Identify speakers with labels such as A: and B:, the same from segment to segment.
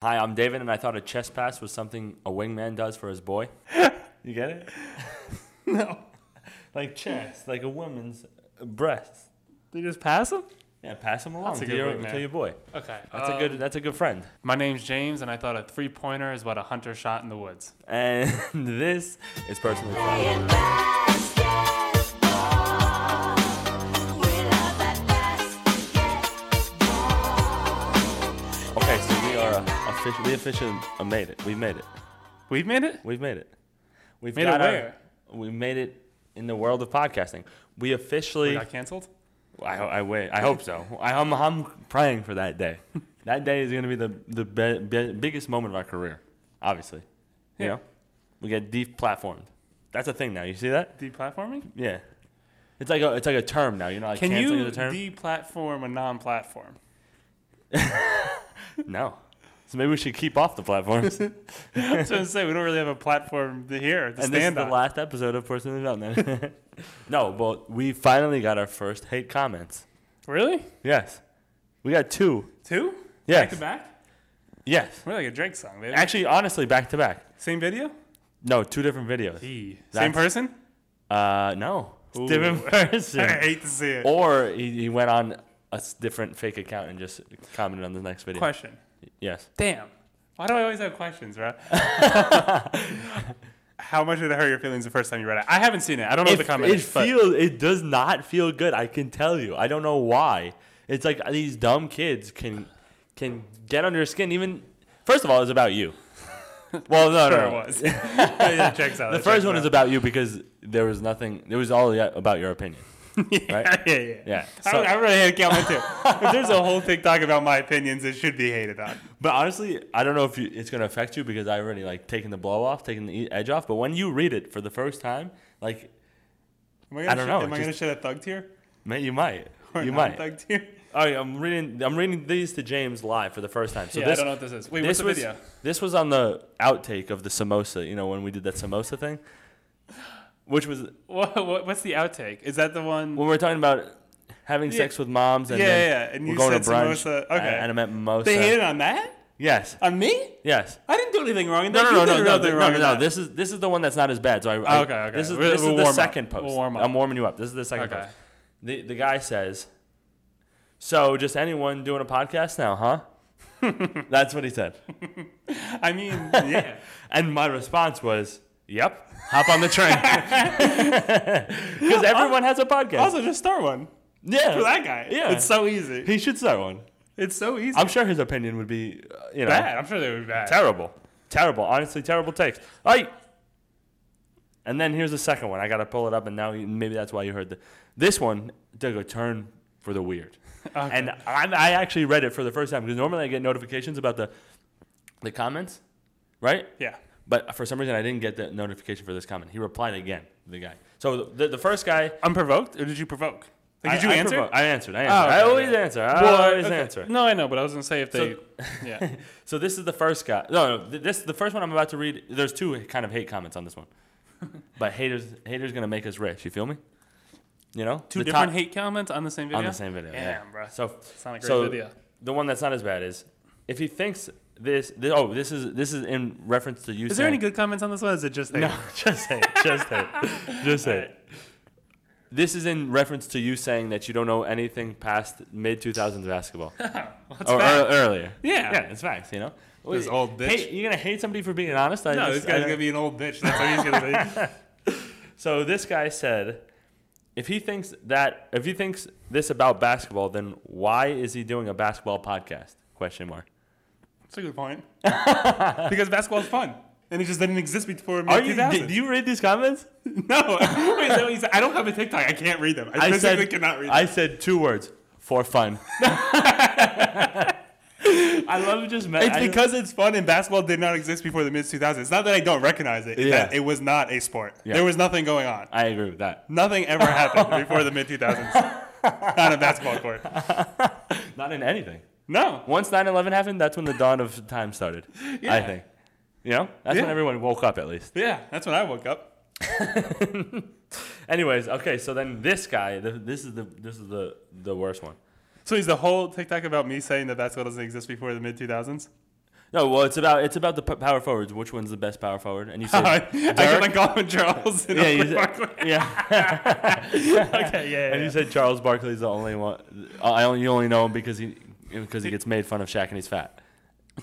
A: Hi, I'm David, and I thought a chest pass was something a wingman does for his boy. You get it? no. Like chest, like a woman's breast.
B: They just pass him?
A: Yeah, pass him along
B: That's a
A: to
B: good
A: your,
B: wingman.
A: to your boy.
B: Okay.
A: That's a
B: um,
A: good. That's a good friend.
B: My name's James, and I thought a three pointer is what a hunter shot in the woods.
A: And this is personally.
C: Playing basketball. We love that basketball.
A: Okay, so we are official. We officially made it. We've made it.
B: We've made it?
A: We've made it. We've
B: Made it
A: got our-
B: where?
A: we made it in the world of podcasting. We
B: We
A: officially.
B: got canceled?
A: I, ho- I wait. I hope so. I, I'm, I'm praying for that day. that day is going to be the the be, be- biggest moment of our career. Obviously, you
B: Yeah.
A: know, we get deplatformed. That's a thing now. You see that?
B: Deplatforming?
A: Yeah. It's like a it's like a term now. You know, like
B: Can
A: canceling
B: you
A: the term.
B: deplatform a non platform?
A: no. So maybe we should keep off the platforms. and
B: I was going to say, we don't really have a platform to here to
A: this is
B: stand
A: the
B: on.
A: last episode of Personally Development. no, but we finally got our first hate comments.
B: really?
A: Yes, we got two.
B: Two? Back
A: Yes,
B: to back?
A: yes.
B: We're like a Drake song, baby.
A: Actually, honestly, back to back.
B: Same video?
A: No, two different videos.
B: Same
A: That's-
B: person?
A: Uh, no, It's
B: E. Ooh.
A: different
B: I
A: person.
B: hate to see it.
A: or he, he went on a s- different fake account and just commented on the next video.
B: Question.
A: Yes.
B: Damn. Why do I always have questions, bro? How much did it hurt your feelings the first time you read it? I haven't seen it. I don't know what
A: It,
B: the comment
A: it
B: is. but-
A: feels it does not feel good. I can tell you. I don't know why. It's like these dumb kids can can get under your skin. Even first of all, it's about you. Well, no,
B: Sure
A: no,
B: it
A: no.
B: was. Yeah, it checks out.
A: The
B: It
A: first
B: checks
A: one is
B: out.
A: about you because there was nothing. It was all yet about your opinion. right?
B: yeah, yeah, yeah.
A: Yeah.
B: I,
A: So-
B: I really hate Calvin too. if there's a whole TikTok about my opinions, it should be hated on.
A: But honestly, I don't know if you, it's gonna affect you because I already like taken the blow off, taken the e- edge off. But when you read it for the first time, like
B: Am I, gonna
A: I don't
B: sh-
A: know,
B: Am I
A: it
B: gonna
A: just-
B: shed a thug tear?
A: man, you might,
B: Or
A: you
B: a
A: might.
B: Thug tear.
A: All right, I'm reading, I'm reading these to James live for the first time. So
B: yeah,
A: this,
B: I don't know what this is. Wait,
A: this
B: what's the
A: was
B: video?
A: this was on the outtake of the samosa. You know when we did that samosa thing, which was when
B: What, what, what's the outtake? Is that the one?
A: we were talking about having sex with moms and
B: Yeah,
A: then
B: yeah, yeah. And
A: we're
B: you
A: going to
B: said
A: brunch.
B: samosa.
A: and-
B: Okay.
A: and I meant mimosa.
B: they hated on that?
A: Yes,
B: On me?
A: yes.
B: I didn't do anything wrong. in
A: No,
B: that.
A: no,
B: You
A: no, no,
B: did
A: no,
B: nothing
A: no,
B: wrong
A: no,
B: in
A: no.
B: that.
A: This is this is the one that's not as bad. So I, I
B: Okay, okay.
A: This is
B: We'll-
A: this
B: we'll
A: is the
B: warm up.
A: second post.
B: We'll warm up.
A: I'm warming you up. This is the second
B: Okay.
A: post. The the guy says, "So just anyone doing a podcast now, huh?" that's what he said.
B: I mean, yeah.
A: And my response was, "Yep, hop on the train," because everyone has a podcast.
B: also, just start one
A: yeah,
B: for that guy.
A: Yeah,
B: it's so easy.
A: he should start one.
B: It's so easy.
A: I'm sure his opinion would be, uh, you know,
B: bad. I'm sure they would be bad.
A: terrible, terrible. Honestly, terrible takes. All right. And then here's the second one. I gotta pull it up, and now you, maybe that's why you heard the. This one took a turn for the weird,
B: Okay.
A: and I, I actually read it for the first time because normally I get notifications about the, the comments, right?
B: Yeah.
A: But for some reason I didn't get the notification for this comment. He replied again, the guy. So the, the first guy.
B: Unprovoked, or did you provoke? Like, did
A: I,
B: you
A: I
B: answer?
A: provo- I answered. I
B: Oh,
A: answered. I
B: okay,
A: always
B: yeah.
A: answer. I
B: Well,
A: always
B: okay.
A: answer.
B: No, I know, but I was gonna say if they.
A: So-
B: yeah.
A: So this is the first guy. No, no th- this the first one I'm about to read. There's two kind of hate comments on this one, but haters haters gonna make us rich. You feel me? You know,
B: Two
A: The
B: different
A: top-
B: hate comments on the same video.
A: on the same video.
B: Damn,
A: yeah.
B: bro.
A: So
B: It's not a great
A: so
B: video.
A: the one that's not as bad is if he thinks this. this oh, this is this is in reference to you.
B: Is there any good comments on this one? Or is it just hate?
A: No, just hate, just hate, just hate.
B: Alright.
A: This is in reference to you saying that you don't know anything past mid 2000s basketball
B: What's
A: or, or
B: that?
A: earlier.
B: Yeah.
A: yeah, it's facts. You know,
B: This old bitch.
A: Hey, you're gonna hate somebody for being honest. I
B: no,
A: just-
B: this
A: I
B: guy's
A: don't-
B: gonna be an old bitch. That's what he's gonna be.
A: So this guy said, if he thinks that if he thinks this about basketball, then why is he doing a basketball podcast? Question mark.
B: That's a good point. because basketball's fun, and it just didn't exist before.
A: Are
B: Mid-
A: you?
B: 2000s.
A: Did, do you read these comments?
B: No, wait, no, he's, I don't have a TikTok. I can't read them. I, physically cannot read them.
A: I said two words for fun. I love just. ma-
B: it's
A: I-
B: because it's fun and basketball did not exist before the mid 2000s. It's not that I don't recognize it. It's
A: Yeah.
B: that it was not a sport.
A: Yeah.
B: There was nothing going on.
A: I agree with that.
B: Nothing ever happened before the mid 2000s on a basketball court.
A: Not in anything.
B: No.
A: Once 9-11 happened, that's when the dawn of time started. I
B: Yeah.
A: think. You know, that's when
B: Yeah.
A: everyone woke up at least.
B: Yeah, that's when I woke up.
A: Anyways, okay, so then this guy, the, this is the this is the the worst one.
B: So he's the whole TikTok about me saying that basketball doesn't exist before the mid 2000s?
A: No, well, it's about it's about the p- power forwards. Which one's the best power forward? And you said
B: I
A: Dirk?
B: could like call him Charles. and
A: Yeah, you
B: Oakley
A: said,
B: Barkley.
A: yeah.
B: okay, yeah.
A: And
B: yeah,
A: you said Charles Barkley's the only one. uh, I only you only know him because he because he gets made fun of Shaq and he's fat.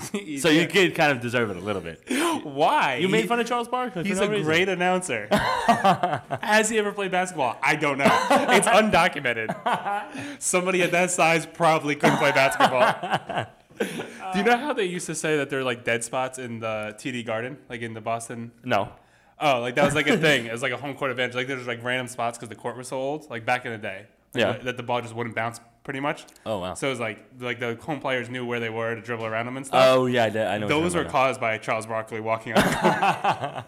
B: yeah.
A: So you did kind of deserve it a little bit.
B: why
A: You
B: He-
A: made fun of Charles Barkley. for
B: He's
A: no
B: a
A: reason.
B: great announcer. Has he ever played basketball? I don't know. It's undocumented. Somebody at that size probably couldn't play basketball. Do you know how they used to say that there are like dead spots in the TD Garden, like in the Boston?
A: No.
B: Oh, like that was like a thing. It was like a home court advantage. Like there's like random spots because the court was so old, like back in the day. Like,
A: Yeah.
B: That the ball just wouldn't bounce pretty much.
A: Oh, wow.
B: So it was like like the home players knew where they were to dribble around them and stuff.
A: Oh yeah, I, did. I know. what you're
B: Those were
A: talking
B: caused by Charles Barkley walking on. the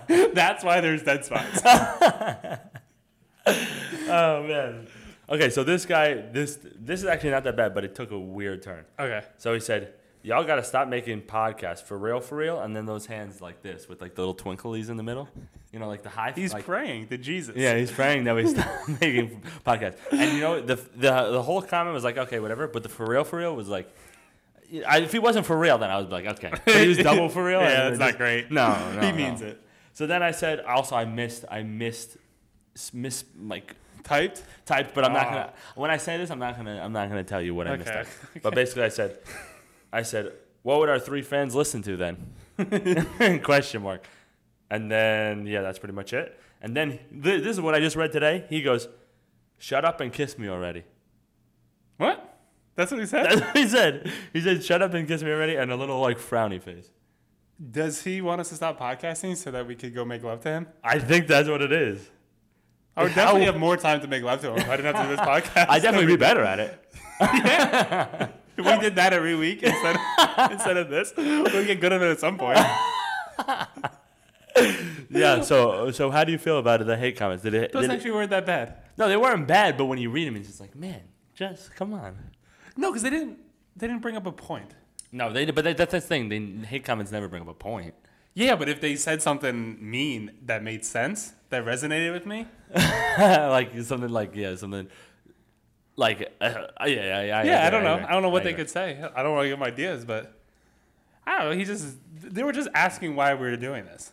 B: court. That's why there's dead spots.
A: about. Oh man. Okay, so this guy, this this is actually not that bad, but it took a weird turn.
B: Okay.
A: So he said, "Y'all got to stop making podcasts for real, for real." And then those hands like this, with like the little twinklies in the middle, you know, like the high.
B: He's
A: like,
B: praying to Jesus.
A: Yeah, he's praying that we stop making podcasts. And you know, the, the the whole comment was like, okay, whatever. But the for real, for real was like, I, if he wasn't for real, then I was like, okay. But he was double for real.
B: Yeah,
A: and it
B: that's
A: was
B: not
A: just-
B: great.
A: No, no,
B: he
A: no.
B: means it.
A: So then I said, also, I missed, I missed, s- miss like
B: Typed.
A: typed, but I'm not
B: Ah.
A: gonna. When I say this, I'm not gonna. I'm not gonna tell you what I missed.
B: Okay.
A: out. But basically, I said, I said, what would our three fans listen to then? Question mark. And then yeah, that's pretty much it. And then th- this is what I just read today. He goes, "Shut up and kiss me already."
B: What? That's what he
A: That's
B: said.
A: what he said. He said, "Shut up and kiss me already," and a little like frowny face.
B: Does he want us to stop podcasting so that we could go make love to him?
A: I think that's what it is.
B: I would
A: How-
B: definitely have more time to make love to him. if I didn't have to do this podcast.
A: I'd definitely be better at it.
B: we did that every week instead of, instead of this. We'll get good at it at some point.
A: Yeah. So, so how do you feel about it? The hate comments? Did it?
B: Those
A: Did it
B: actually weren't that bad.
A: no, they weren't bad, but when you read them, it's just like, man, just come on.
B: No, because they didn't. They didn't bring up a point.
A: No, they but they, that's the thing. They hate comments never bring up a point.
B: Yeah, but if they said something mean that made sense, that resonated with me.
A: like something like yeah, something like uh, yeah, yeah, yeah.
B: Yeah, I
A: agree,
B: don't know.
A: agree,
B: I don't know what they
A: agree.
B: could say. I don't want to give them ideas, but I don't know. He just they were just asking why we were doing this.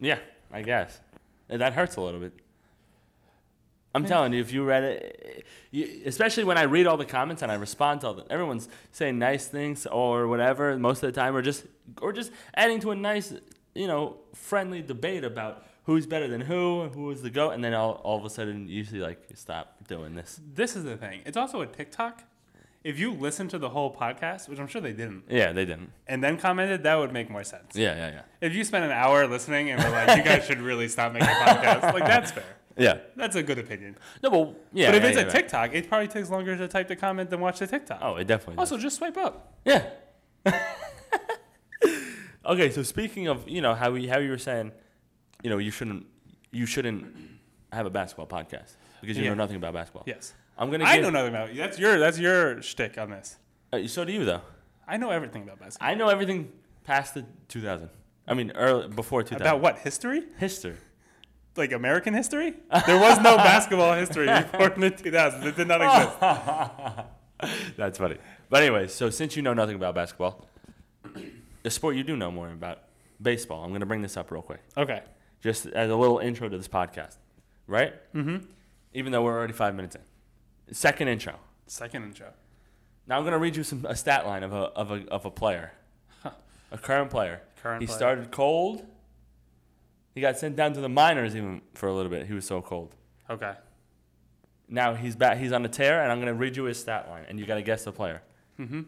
A: Yeah, I guess And that hurts a little bit. I'm
B: Hmm.
A: telling you, if you read it, you, especially when I read all the comments and I respond to all them, everyone's saying nice things or whatever most of the time, or just or just adding to a nice, you know, friendly debate about who's better than who, who is the goat, and then all, all of a sudden you see like stop doing this.
B: This is the thing. It's also a TikTok. If you listen to the whole podcast, which I'm sure they didn't,
A: Yeah, they didn't.
B: and then commented, that would make more sense.
A: Yeah, yeah, yeah.
B: If you spent an hour listening and were like, "You guys should really stop making podcasts," like that's fair.
A: Yeah.
B: That's a good opinion.
A: No, but yeah.
B: but if
A: yeah,
B: it's
A: yeah,
B: a
A: right.
B: TikTok, it probably takes longer to type the comment than watch the TikTok.
A: oh, it definitely.
B: Also, just swipe up.
A: does. yeah. okay, so speaking of you know how we how you were saying, you know you shouldn't you shouldn't have a basketball podcast because you
B: Yeah.
A: know nothing about basketball.
B: Yes.
A: I'm gonna. Give,
B: I know nothing about you. That's your that's your shtick on this.
A: Uh, so do you though?
B: I know everything about basketball.
A: I know everything past the 2000. I mean, early before 2000.
B: About what? History?
A: history.
B: Like American history? There was no basketball history before the 2000s. It did not
A: Oh.
B: exist.
A: That's funny. But anyway, so since you know nothing about basketball, the sport you do know more about, baseball. I'm gonna bring this up real quick.
B: Okay.
A: just as a little intro to this podcast, right? Mm-hmm. Even though we're already five minutes in. Second intro.
B: Second intro.
A: Now I'm gonna read you some a stat line of a of a of a player, a current player.
B: Current
A: He
B: player.
A: started cold. He got sent down to the minors even for a little bit. He was so cold.
B: Okay.
A: Now he's back. He's on a tear, and I'm gonna read you his stat line, and you gotta guess the player.
B: Mhm.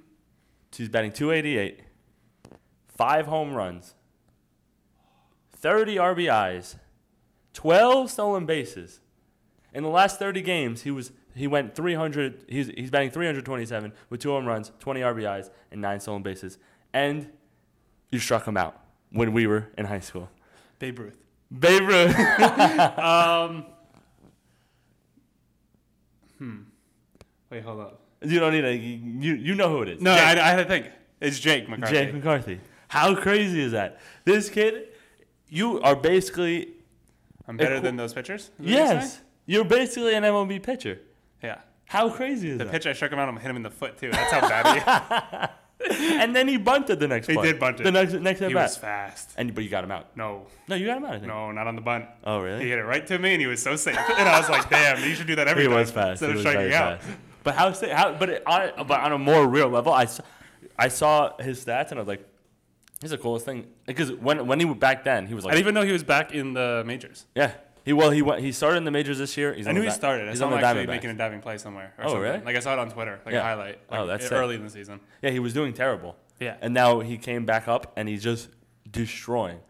A: So he's batting 288, five home runs, 30 RBIs, 12 stolen bases. In the last 30 games, he was he went 300. He's he's batting 327 with two home runs, 20 RBIs, and nine stolen bases. And you struck him out when we were in high school.
B: Babe Ruth.
A: Babe Ruth.
B: Wait, hold up.
A: you don't need a you you know who it is.
B: No,
A: Jake.
B: I, I had to think. It's Jake McCarthy.
A: Jake McCarthy. How crazy is that? This kid, you are basically
B: I'm better than those pitchers? Is what you're
A: yes,
B: saying?
A: you're basically an MLB pitcher.
B: Yeah.
A: How crazy is
B: The
A: that?
B: pitch I shook him out, I'm hit him in the foot too. That's how bad he
A: and then he bunted the next
B: He
A: play.
B: did bunt it.
A: The next next at
B: He was
A: bat.
B: fast.
A: And but you got him out.
B: No,
A: No, you got him out. I think.
B: no, not on the bunt.
A: Oh really?
B: He hit it right to me, and he was so safe. And I was like, "Damn, you should do that every
A: He
B: time."
A: was fast.
B: Instead
A: he
B: of
A: was
B: striking
A: very
B: out.
A: fast. But how? Say, how but, it, on, but on a more real level, I saw, I saw his stats and I was like, "This is the coolest thing." Because when when he was back then, he was
B: I
A: like,
B: didn't even know he was back in the majors.
A: "Yeah, he well he went he started in the majors this year." He's
B: I
A: on
B: knew
A: the
B: he
A: di-
B: started. I
A: He's
B: saw
A: on
B: him
A: the
B: actually
A: Diamondbacks.
B: making a diving play somewhere. Or
A: Oh,
B: something.
A: really?
B: Like I saw it on Twitter, like
A: Yeah.
B: a highlight.
A: Oh,
B: like,
A: that's
B: e-
A: sick.
B: early in the season.
A: Yeah, he was doing terrible.
B: Yeah.
A: And now he came back up and he's just destroying.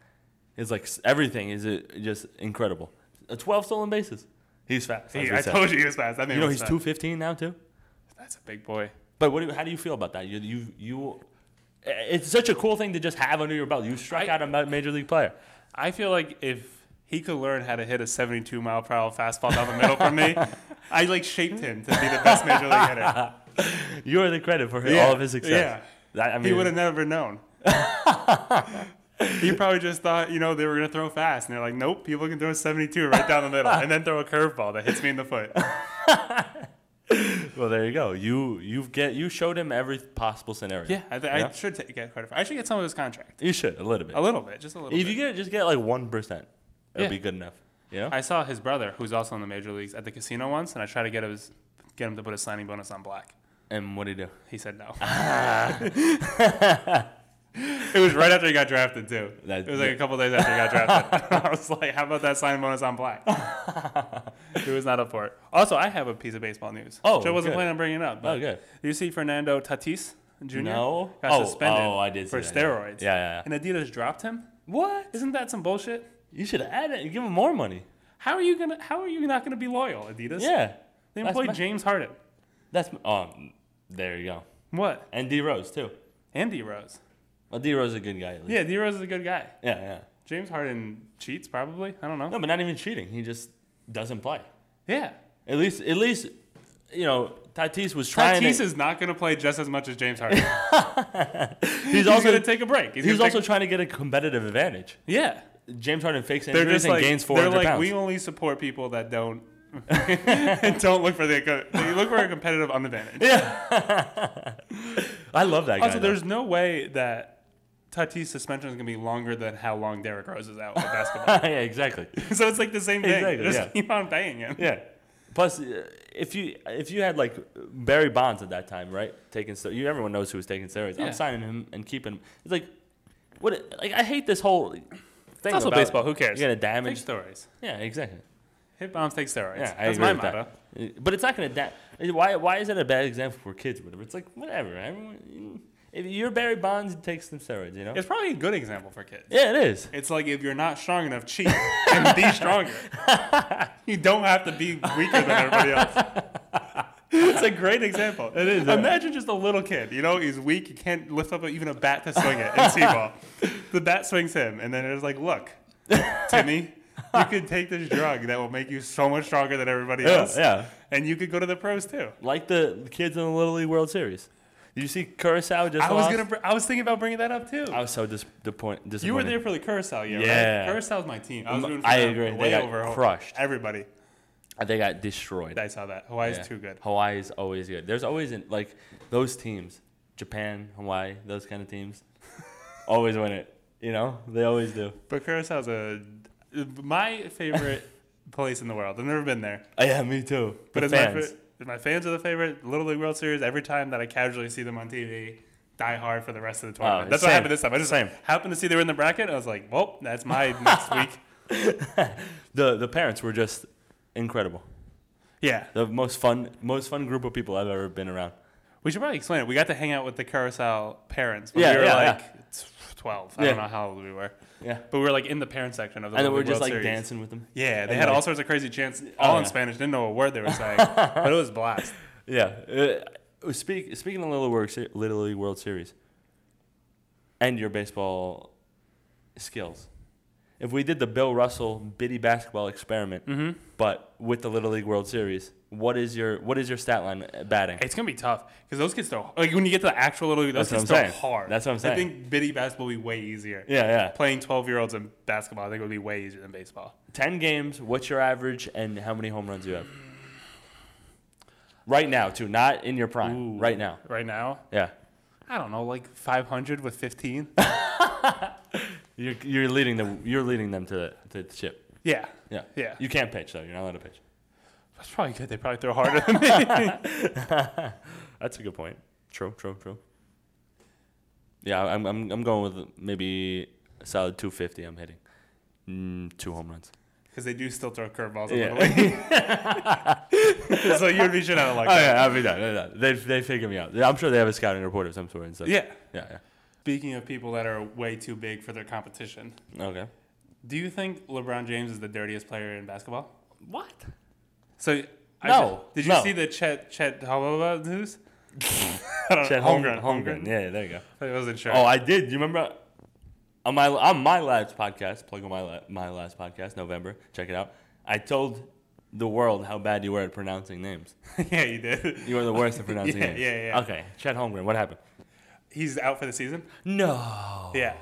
A: It's like s- everything is uh, just incredible. Uh, 12 stolen bases. He's fast. as
B: He,
A: we
B: I
A: said.
B: told you he was fast. That man
A: You know
B: was
A: he's
B: fast.
A: 215 now too.
B: That's a big boy.
A: But what do you, how do you feel about that? You you you uh, it's such a cool thing to just have under your belt. You struck
B: I-
A: out a ma- major league player.
B: I feel like if he could learn how to hit a 72 mile per hour fastball down the middle from me, I like shaped him to be the best major league hitter.
A: You are the credit for hi-
B: Yeah,
A: all of his success.
B: yeah.
A: That, I mean,
B: He would have never known. he probably just thought, you know, they were going to throw fast. And they're like, nope, people can throw 72 right down the middle and then throw a curveball that hits me in the foot.
A: Well, there you go. You you get you showed him every possible scenario.
B: Yeah, I, th-
A: Yeah.
B: I should take, get credit for I should get some of his contract.
A: you should a little bit.
B: A little bit, just a little
A: if
B: bit.
A: you get just get like one percent, it'll
B: Yeah.
A: be good enough. You know?
B: I saw his brother, who's also in the major leagues, at the casino once, and I tried to get his get him to put a signing bonus on black.
A: and what do you do?
B: He said no. it was right after he got drafted too.
A: That-
B: it was like a couple days after he got drafted. I was like, "How about that signing bonus on black?" he was not up for it. Also, I have a piece of baseball news.
A: Oh,
B: which I wasn't
A: good.
B: planning on bringing it up. but
A: Oh, good.
B: You see, Fernando Tatis Jr.
A: No.
B: got
A: Oh,
B: suspended
A: oh, I did see
B: for
A: that, yeah.
B: steroids.
A: Yeah, yeah,
B: And Adidas dropped him.
A: What?
B: Isn't that some bullshit?
A: You should add it. Give him more money.
B: How are you gonna? How are you not gonna be loyal, Adidas?
A: Yeah.
B: They
A: That's
B: employed
A: my-
B: James Harden.
A: That's um. There you go.
B: What?
A: And D Rose too.
B: Andy Rose.
A: Well, D Rose is a good guy. At least.
B: Yeah, D Rose is a good guy.
A: Yeah. Yeah.
B: James Harden cheats probably. I don't know.
A: No, but not even cheating. He just doesn't play.
B: Yeah.
A: At least, at least, you know, Tatis was trying.
B: Tatis
A: to,
B: is not going to play just as much as James Harden. he's,
A: he's also
B: going to take a break.
A: he was
B: gonna
A: also
B: take-
A: trying to get a competitive advantage.
B: yeah.
A: James Harden fakes
B: They're
A: injuries
B: just
A: and
B: like
A: gains
B: they're
A: 400
B: like
A: pounds.
B: we only support people that don't don't look for the they look for a competitive advantage.
A: I love that guy.
B: Also,
A: though.
B: there's no way that Tatis' suspension is going to be longer than how long Derrick Rose is out with basketball.
A: yeah, exactly.
B: so it's like the same thing.
A: Exactly,
B: just
A: yeah.
B: keep on paying him.
A: Yeah. Plus, uh, if you if you had like Barry Bonds at that time, right, taking steroids, you everyone knows who was taking steroids.
B: Yeah.
A: I'm signing him and keeping him. It's like, what? Like I hate this whole thing. It's
B: also baseball, who cares?
A: You're gonna
B: Take
A: damage.
B: steroids.
A: Yeah, exactly.
B: Hit bombs, take steroids.
A: Yeah, I
B: That's
A: agree
B: my
A: with
B: motto.
A: that. Uh, But it's not going to. Da- why? Why is that a bad example for kids? Or whatever. It's like whatever. Everyone. If you're Barry Bonds, he takes some steroids. You know.
B: It's probably a good example for kids.
A: yeah, it is.
B: It's like if you're not strong enough, cheat and be stronger. you don't have to be weaker than everybody else. It's a great example. It is. Imagine just a little kid. You know, he's weak. He can't lift up even a bat to swing it in T-ball. the bat swings him, and then it's like, look, Timmy, you could take this drug that will make you so much stronger than everybody
A: Yeah,
B: else.
A: yeah.
B: And you could go to the pros too.
A: Like the kids in the Little League World Series. Did you see Curacao just?
B: I was
A: lost?
B: gonna. Br- I was thinking about bringing that up too.
A: I was so dis- disappoint- disappointed.
B: You were there for the Curacao year,
A: Yeah.
B: right? Curacao was my team. I was rooting for
A: I
B: them
A: agree. They
B: Way
A: got
B: over
A: crushed.
B: Everybody.
A: They got destroyed.
B: I saw that. Hawaii's
A: Yeah.
B: too good.
A: Hawaii's always good. There's always an, like those teams, Japan, Hawaii, those kind of teams, always win it. You know, they always do.
B: But Curacao's a my favorite place in the world. I've never been there,
A: Oh, yeah, me too.
B: but
A: The
B: it's my
A: fans.
B: fa- my fans are the favorite. Little League World Series. Every time that I casually see them on TV, die hard for the rest of the tournament. that's
A: Oh, same.
B: what happened this time. I just
A: Same.
B: happened to see they were in the bracket. And I was like, well, that's my next week.
A: the the parents were just incredible.
B: Yeah,
A: The most fun, most fun group of people I've ever been around.
B: we should probably explain it. We got to hang out with the Curacao parents when
A: Yeah,
B: we were
A: yeah,
B: like t- twelve. I don't
A: Yeah.
B: know how old we were,
A: Yeah,
B: but we were like in the parent section of the
A: and then
B: Little
A: we are
B: League
A: just
B: World
A: like
B: Series.
A: dancing with them.
B: Yeah, they
A: And,
B: had all
A: like-
B: sorts of crazy chants, all in
A: yeah.
B: Spanish. Didn't know a word they were saying, but it was a blast.
A: Yeah. Uh, speak, speaking of Little World, Se- Little League World Series, and your baseball skills, if we did the Bill Russell bitty basketball experiment, but with the Little League World Series, what is your what is your stat line uh, batting?
B: It's gonna be tough because those kids throw like when you get to the actual little league, those
A: That's
B: kids
A: what
B: throw
A: I'm saying.
B: hard.
A: That's what I'm
B: I
A: saying.
B: think bitty basketball would be way easier.
A: yeah, yeah.
B: Playing twelve year olds in basketball, I think would be way easier than baseball.
A: Ten games. What's your average, and how many home runs you have? Right now, too. Not in your prime.
B: Ooh.
A: Right now.
B: Right now,
A: Yeah.
B: I don't know, like 500 with 15.
A: You're, you're leading them. You're leading them to the, to the chip.
B: yeah.
A: Yeah.
B: Yeah.
A: You can't pitch though. You're not allowed to pitch.
B: That's probably good. They probably throw harder than me.
A: That's a good point. True. True. True. Yeah, I'm I'm I'm going with maybe a solid 250. I'm hitting mm, two home runs.
B: Because they do still throw curveballs a
A: Yeah.
B: little bit. so you and me should have like
A: Oh
B: that.
A: yeah, I'll be done. I'll be done. They they figure me out. I'm sure they have a scouting report of some sort and stuff.
B: Yeah.
A: Yeah.
B: Speaking of people that are way too big for their competition,
A: Yeah. Okay.
B: do you think LeBron James is the dirtiest player in basketball?
A: What?
B: So I
A: No,
B: did you
A: no.
B: see the Chet Chet Holmgren news? I don't know,
A: Chet Holmgren. Holmgren.
B: Holmgren.
A: Yeah, yeah, there you go.
B: I wasn't sure.
A: Oh, I did. You remember on my on my last podcast, plug on my la- my last podcast, November. Check it out. I told the world how bad you were at pronouncing names.
B: yeah, you did.
A: You were the worst at pronouncing
B: Yeah,
A: names.
B: yeah, yeah.
A: Okay, Chet Holmgren. What happened?
B: He's out for the season.
A: No,
B: Yeah,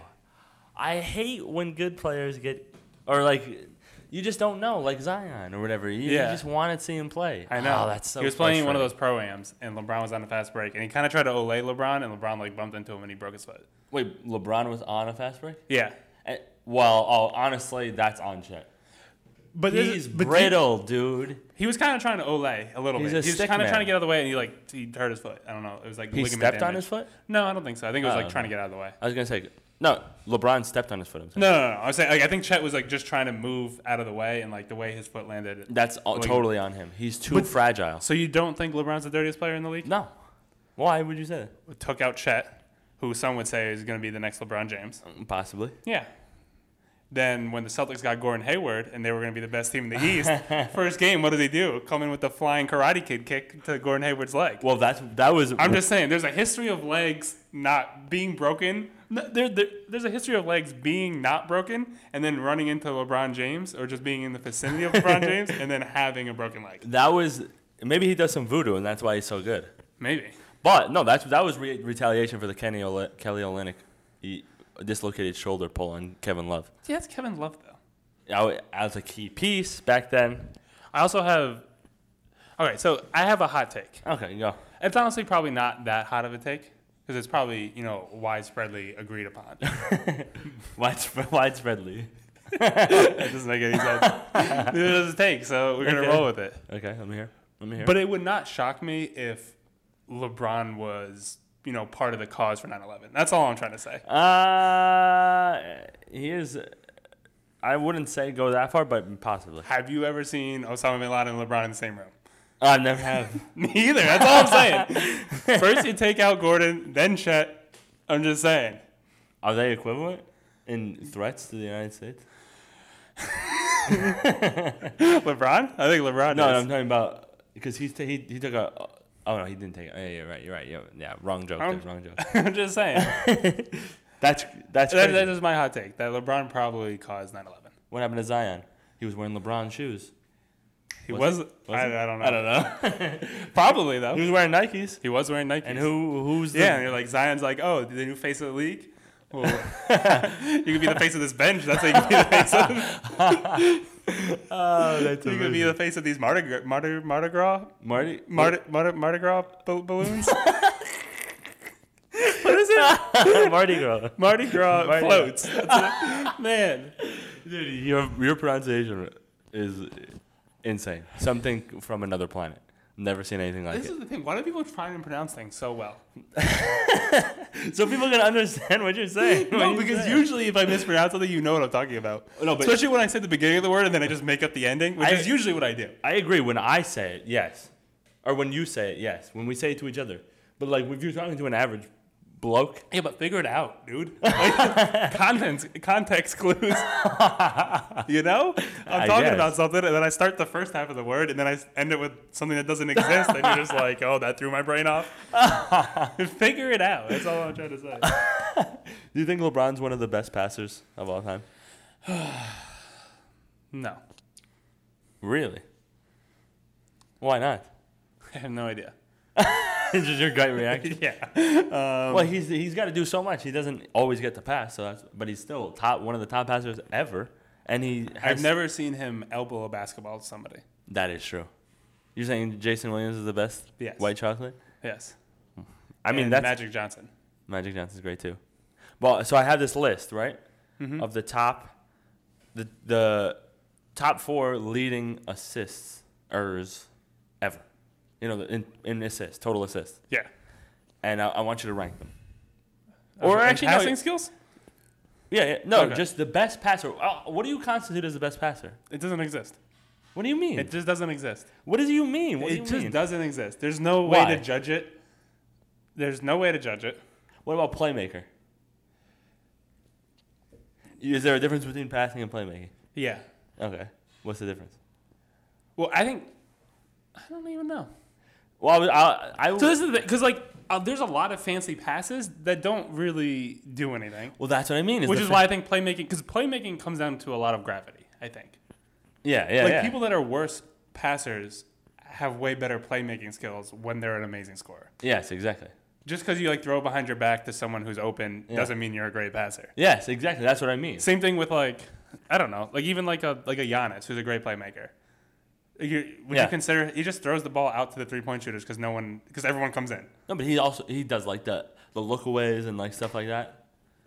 A: I hate when good players get or like. You just don't know, like Zion or whatever. You, you
B: Yeah.
A: just want to see him play.
B: I know.
A: Oh, that's so.
B: He was playing one of
A: frustrating.
B: those proams, and LeBron was on a fast break, and he kind of tried to Olay LeBron, and LeBron like bumped into him, and he broke his foot.
A: Wait, LeBron was on a fast break.
B: Yeah,
A: Eh, Well, oh, honestly, that's on Chet.
B: but this-
A: He's
B: but he-
A: brittle, dude.
B: He was kind of trying to Olay a little
A: He's a
B: bit. He was
A: stick
B: kind of
A: man.
B: trying to get out of the way, and he like he hurt his foot. I don't know. It was like
A: He
B: ligament
A: stepped on
B: damage.
A: his foot.
B: No, I don't think so. I think it was
A: Oh,
B: like
A: okay.
B: trying to get out of the way.
A: I was gonna say no. LeBron stepped on his foot. I'm sorry.
B: No, no, no. I was saying like, I think Chet was like just trying to move out of the way, and like the way his foot landed. it-
A: That's all,
B: Like-
A: totally on him. He's too
B: But-
A: fragile.
B: So you don't think LeBron's the dirtiest player in the league?
A: No. Why would you say that?
B: Took out Chet, who some would say is going to be the next LeBron James.
A: Oh. Possibly.
B: Yeah. Then when the Celtics got Gordon Hayward and they were going to be the best team in the East, first game, what does he do? Come in with the flying karate kid kick to Gordon Hayward's leg.
A: Well, that's that was.
B: I'm just saying, there's a history of legs not being broken. No, There, there, there's a history of legs being not broken and then running into LeBron James or just being in the vicinity of LeBron James and then having a broken leg.
A: that was maybe he does some voodoo and that's why he's so good.
B: Maybe.
A: But no, that's that was re- retaliation for the Kenny Ole- Kelly Olynyk e- dislocated shoulder pull on Kevin Love.
B: See, that's Kevin Love, though.
A: I, wa- I was a key piece back then.
B: I also have. All right, so I have a hot take.
A: Okay, go.
B: It's honestly probably not that hot of a take because it's probably, you know, widespreadly agreed upon.
A: Widespread, widespreadly.
B: That doesn't make any sense. Neither does it take, so we're gonna
A: Okay.
B: roll with it.
A: Okay, let me hear. Let me hear.
B: But it would not shock me if LeBron was, you know, part of the cause for 9/11. That's all I'm trying to say.
A: Uh, he is. I wouldn't say go that far, but possibly.
B: Have you ever seen Osama bin Laden and LeBron in the same room?
A: I never have.
B: Neither. That's all I'm saying. First you take out Gordon, then Chet. I'm just saying.
A: Are they equivalent in threats to the United States?
B: LeBron? I think LeBron.
A: No,
B: is.
A: I'm talking about because he's t- he he took a. Oh no, he didn't take. it. Yeah, you're right. You're right. Yeah, yeah wrong joke.
B: Um,
A: there, wrong joke.
B: I'm just saying.
A: That's that's
B: that,
A: crazy.
B: that is my hot take. That LeBron probably caused 9/11.
A: what happened to Zion. He was wearing LeBron shoes.
B: He
A: Was
B: was.
A: he? Was he?
B: I, I don't know.
A: I don't know.
B: Probably
A: he
B: though.
A: was wearing Nikes.
B: He was wearing Nike.
A: And who who's the
B: Yeah, and you're like Zion's like, oh, the new face of the league. Well, you could be the face of this bench. That's how you could be the face of.
A: Oh, that's
B: You could be the face of these Mardi Gras, Mardi, Mardi Gras,
A: Marty.
B: Mardi, Mardi, Mardi Gras bal- balloons,
A: What is it? Marty girl.
B: Mardi Gras
A: Mardi Gras.
B: floats. That's it. Man,
A: Dude, your your pronunciation is insane. Something from another planet. Never seen anything like
B: this is the thing. Why do people try and pronounce things so well?
A: it. So people can understand what you're saying.
B: No, because usually if I mispronounce something, you know what I'm talking about.
A: No, but-
B: especially when I say the beginning of the word and then I just make up the ending, which
A: I-
B: is usually what I do.
A: I agree. When I say it, yes, or when you say it, yes. When we say it to each other, but like if you're talking to an average bloke,
B: Yeah, but figure it out, dude. Like, context, context clues. you know, I'm
A: I
B: talking
A: guess.
B: about something, and then I start the first half of the word, and then I s- end it with something that doesn't exist, and you're just like, "Oh, that threw my brain off." figure it out. That's all I'm trying to say.
A: do you think LeBron's one of the best passers of all time?
B: No,
A: Really? Why not?
B: I have no idea.
A: It's just your gut reaction.
B: Yeah,
A: well, he's he's got to do so much. He doesn't always get the pass, so that's. But he's still top one of the top passers ever, and he. Has,
B: I've never seen him elbow a basketball to somebody.
A: That is true. You're saying Jason Williams is the best
B: Yes.
A: white chocolate?
B: Yes,
A: I mean,
B: And
A: that's
B: Magic Johnson.
A: Magic Johnson's great too. Well, so I have this list right
B: Mm-hmm.
A: of the top, the the top four leading assists ers ever. You know, the- in in assists, total assists,
B: Yeah.
A: and I, I want you to rank them.
B: And
A: no,
B: passing skills?
A: yeah, yeah, no,
B: Okay.
A: just the best passer. Uh, what do you constitute as the best passer?
B: It doesn't exist.
A: What do you mean?
B: It just doesn't exist.
A: what do you mean? What do
B: it
A: you
B: just
A: mean?
B: doesn't exist. There's no
A: Why?
B: way to judge it. There's no way to judge it.
A: What about playmaker? Is there a difference between passing and playmaking?
B: Yeah.
A: Okay, what's the difference?
B: Well, I think I don't even know.
A: Well, I, was- I, I
B: So this is because like uh, there's a lot of fancy passes that don't really do anything,
A: well, that's what I mean.
B: which
A: the
B: is
A: fa-
B: why I think playmaking because playmaking comes down to a lot of gravity. I think
A: Yeah, yeah,
B: like
A: yeah.
B: people that are worse passers have way better playmaking skills when they're an amazing scorer.
A: Yes, exactly.
B: Just because you like throw behind your back to someone who's open
A: Yeah.
B: doesn't mean you're a great passer.
A: Yes, exactly. That's what I mean.
B: Same thing with like I don't know, like even like a like a Giannis who's a great playmaker. You, would
A: Yeah.
B: you consider he just throws the ball out to the three point shooters because no one because everyone comes in.
A: No, but he also he does like the the lookaways and like stuff like that.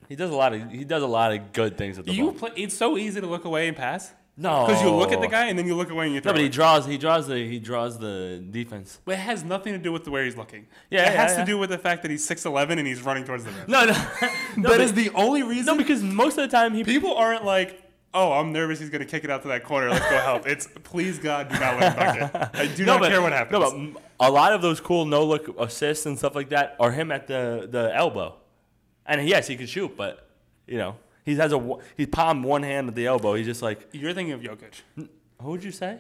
A: He does a lot of he does a lot of good things with the
B: You
A: ball.
B: play. It's so easy to look away and pass
A: No,
B: because you look at the guy and then you look away and you throw.
A: No, but he
B: it.
A: draws. He draws the he draws the defense.
B: But it has nothing to do with the way he's looking.
A: Yeah,
B: it
A: yeah,
B: has
A: yeah.
B: to do with the fact that he's six eleven and he's running towards the rim.
A: No, no, no
B: that
A: but-
B: is the only reason.
A: no because most of the time he
B: people aren't like, oh, I'm nervous. He's gonna kick it out to that corner. Let's go help. It's please God, do not let him dunk it. I do
A: no,
B: not
A: but,
B: care what happens.
A: No, but m- a lot of those cool no look assists and stuff like that are him at the the elbow, and yes, he can shoot, but you know he has a w- he palm one hand at the elbow. He's just like,
B: You're thinking of Jokic.
A: who would you say?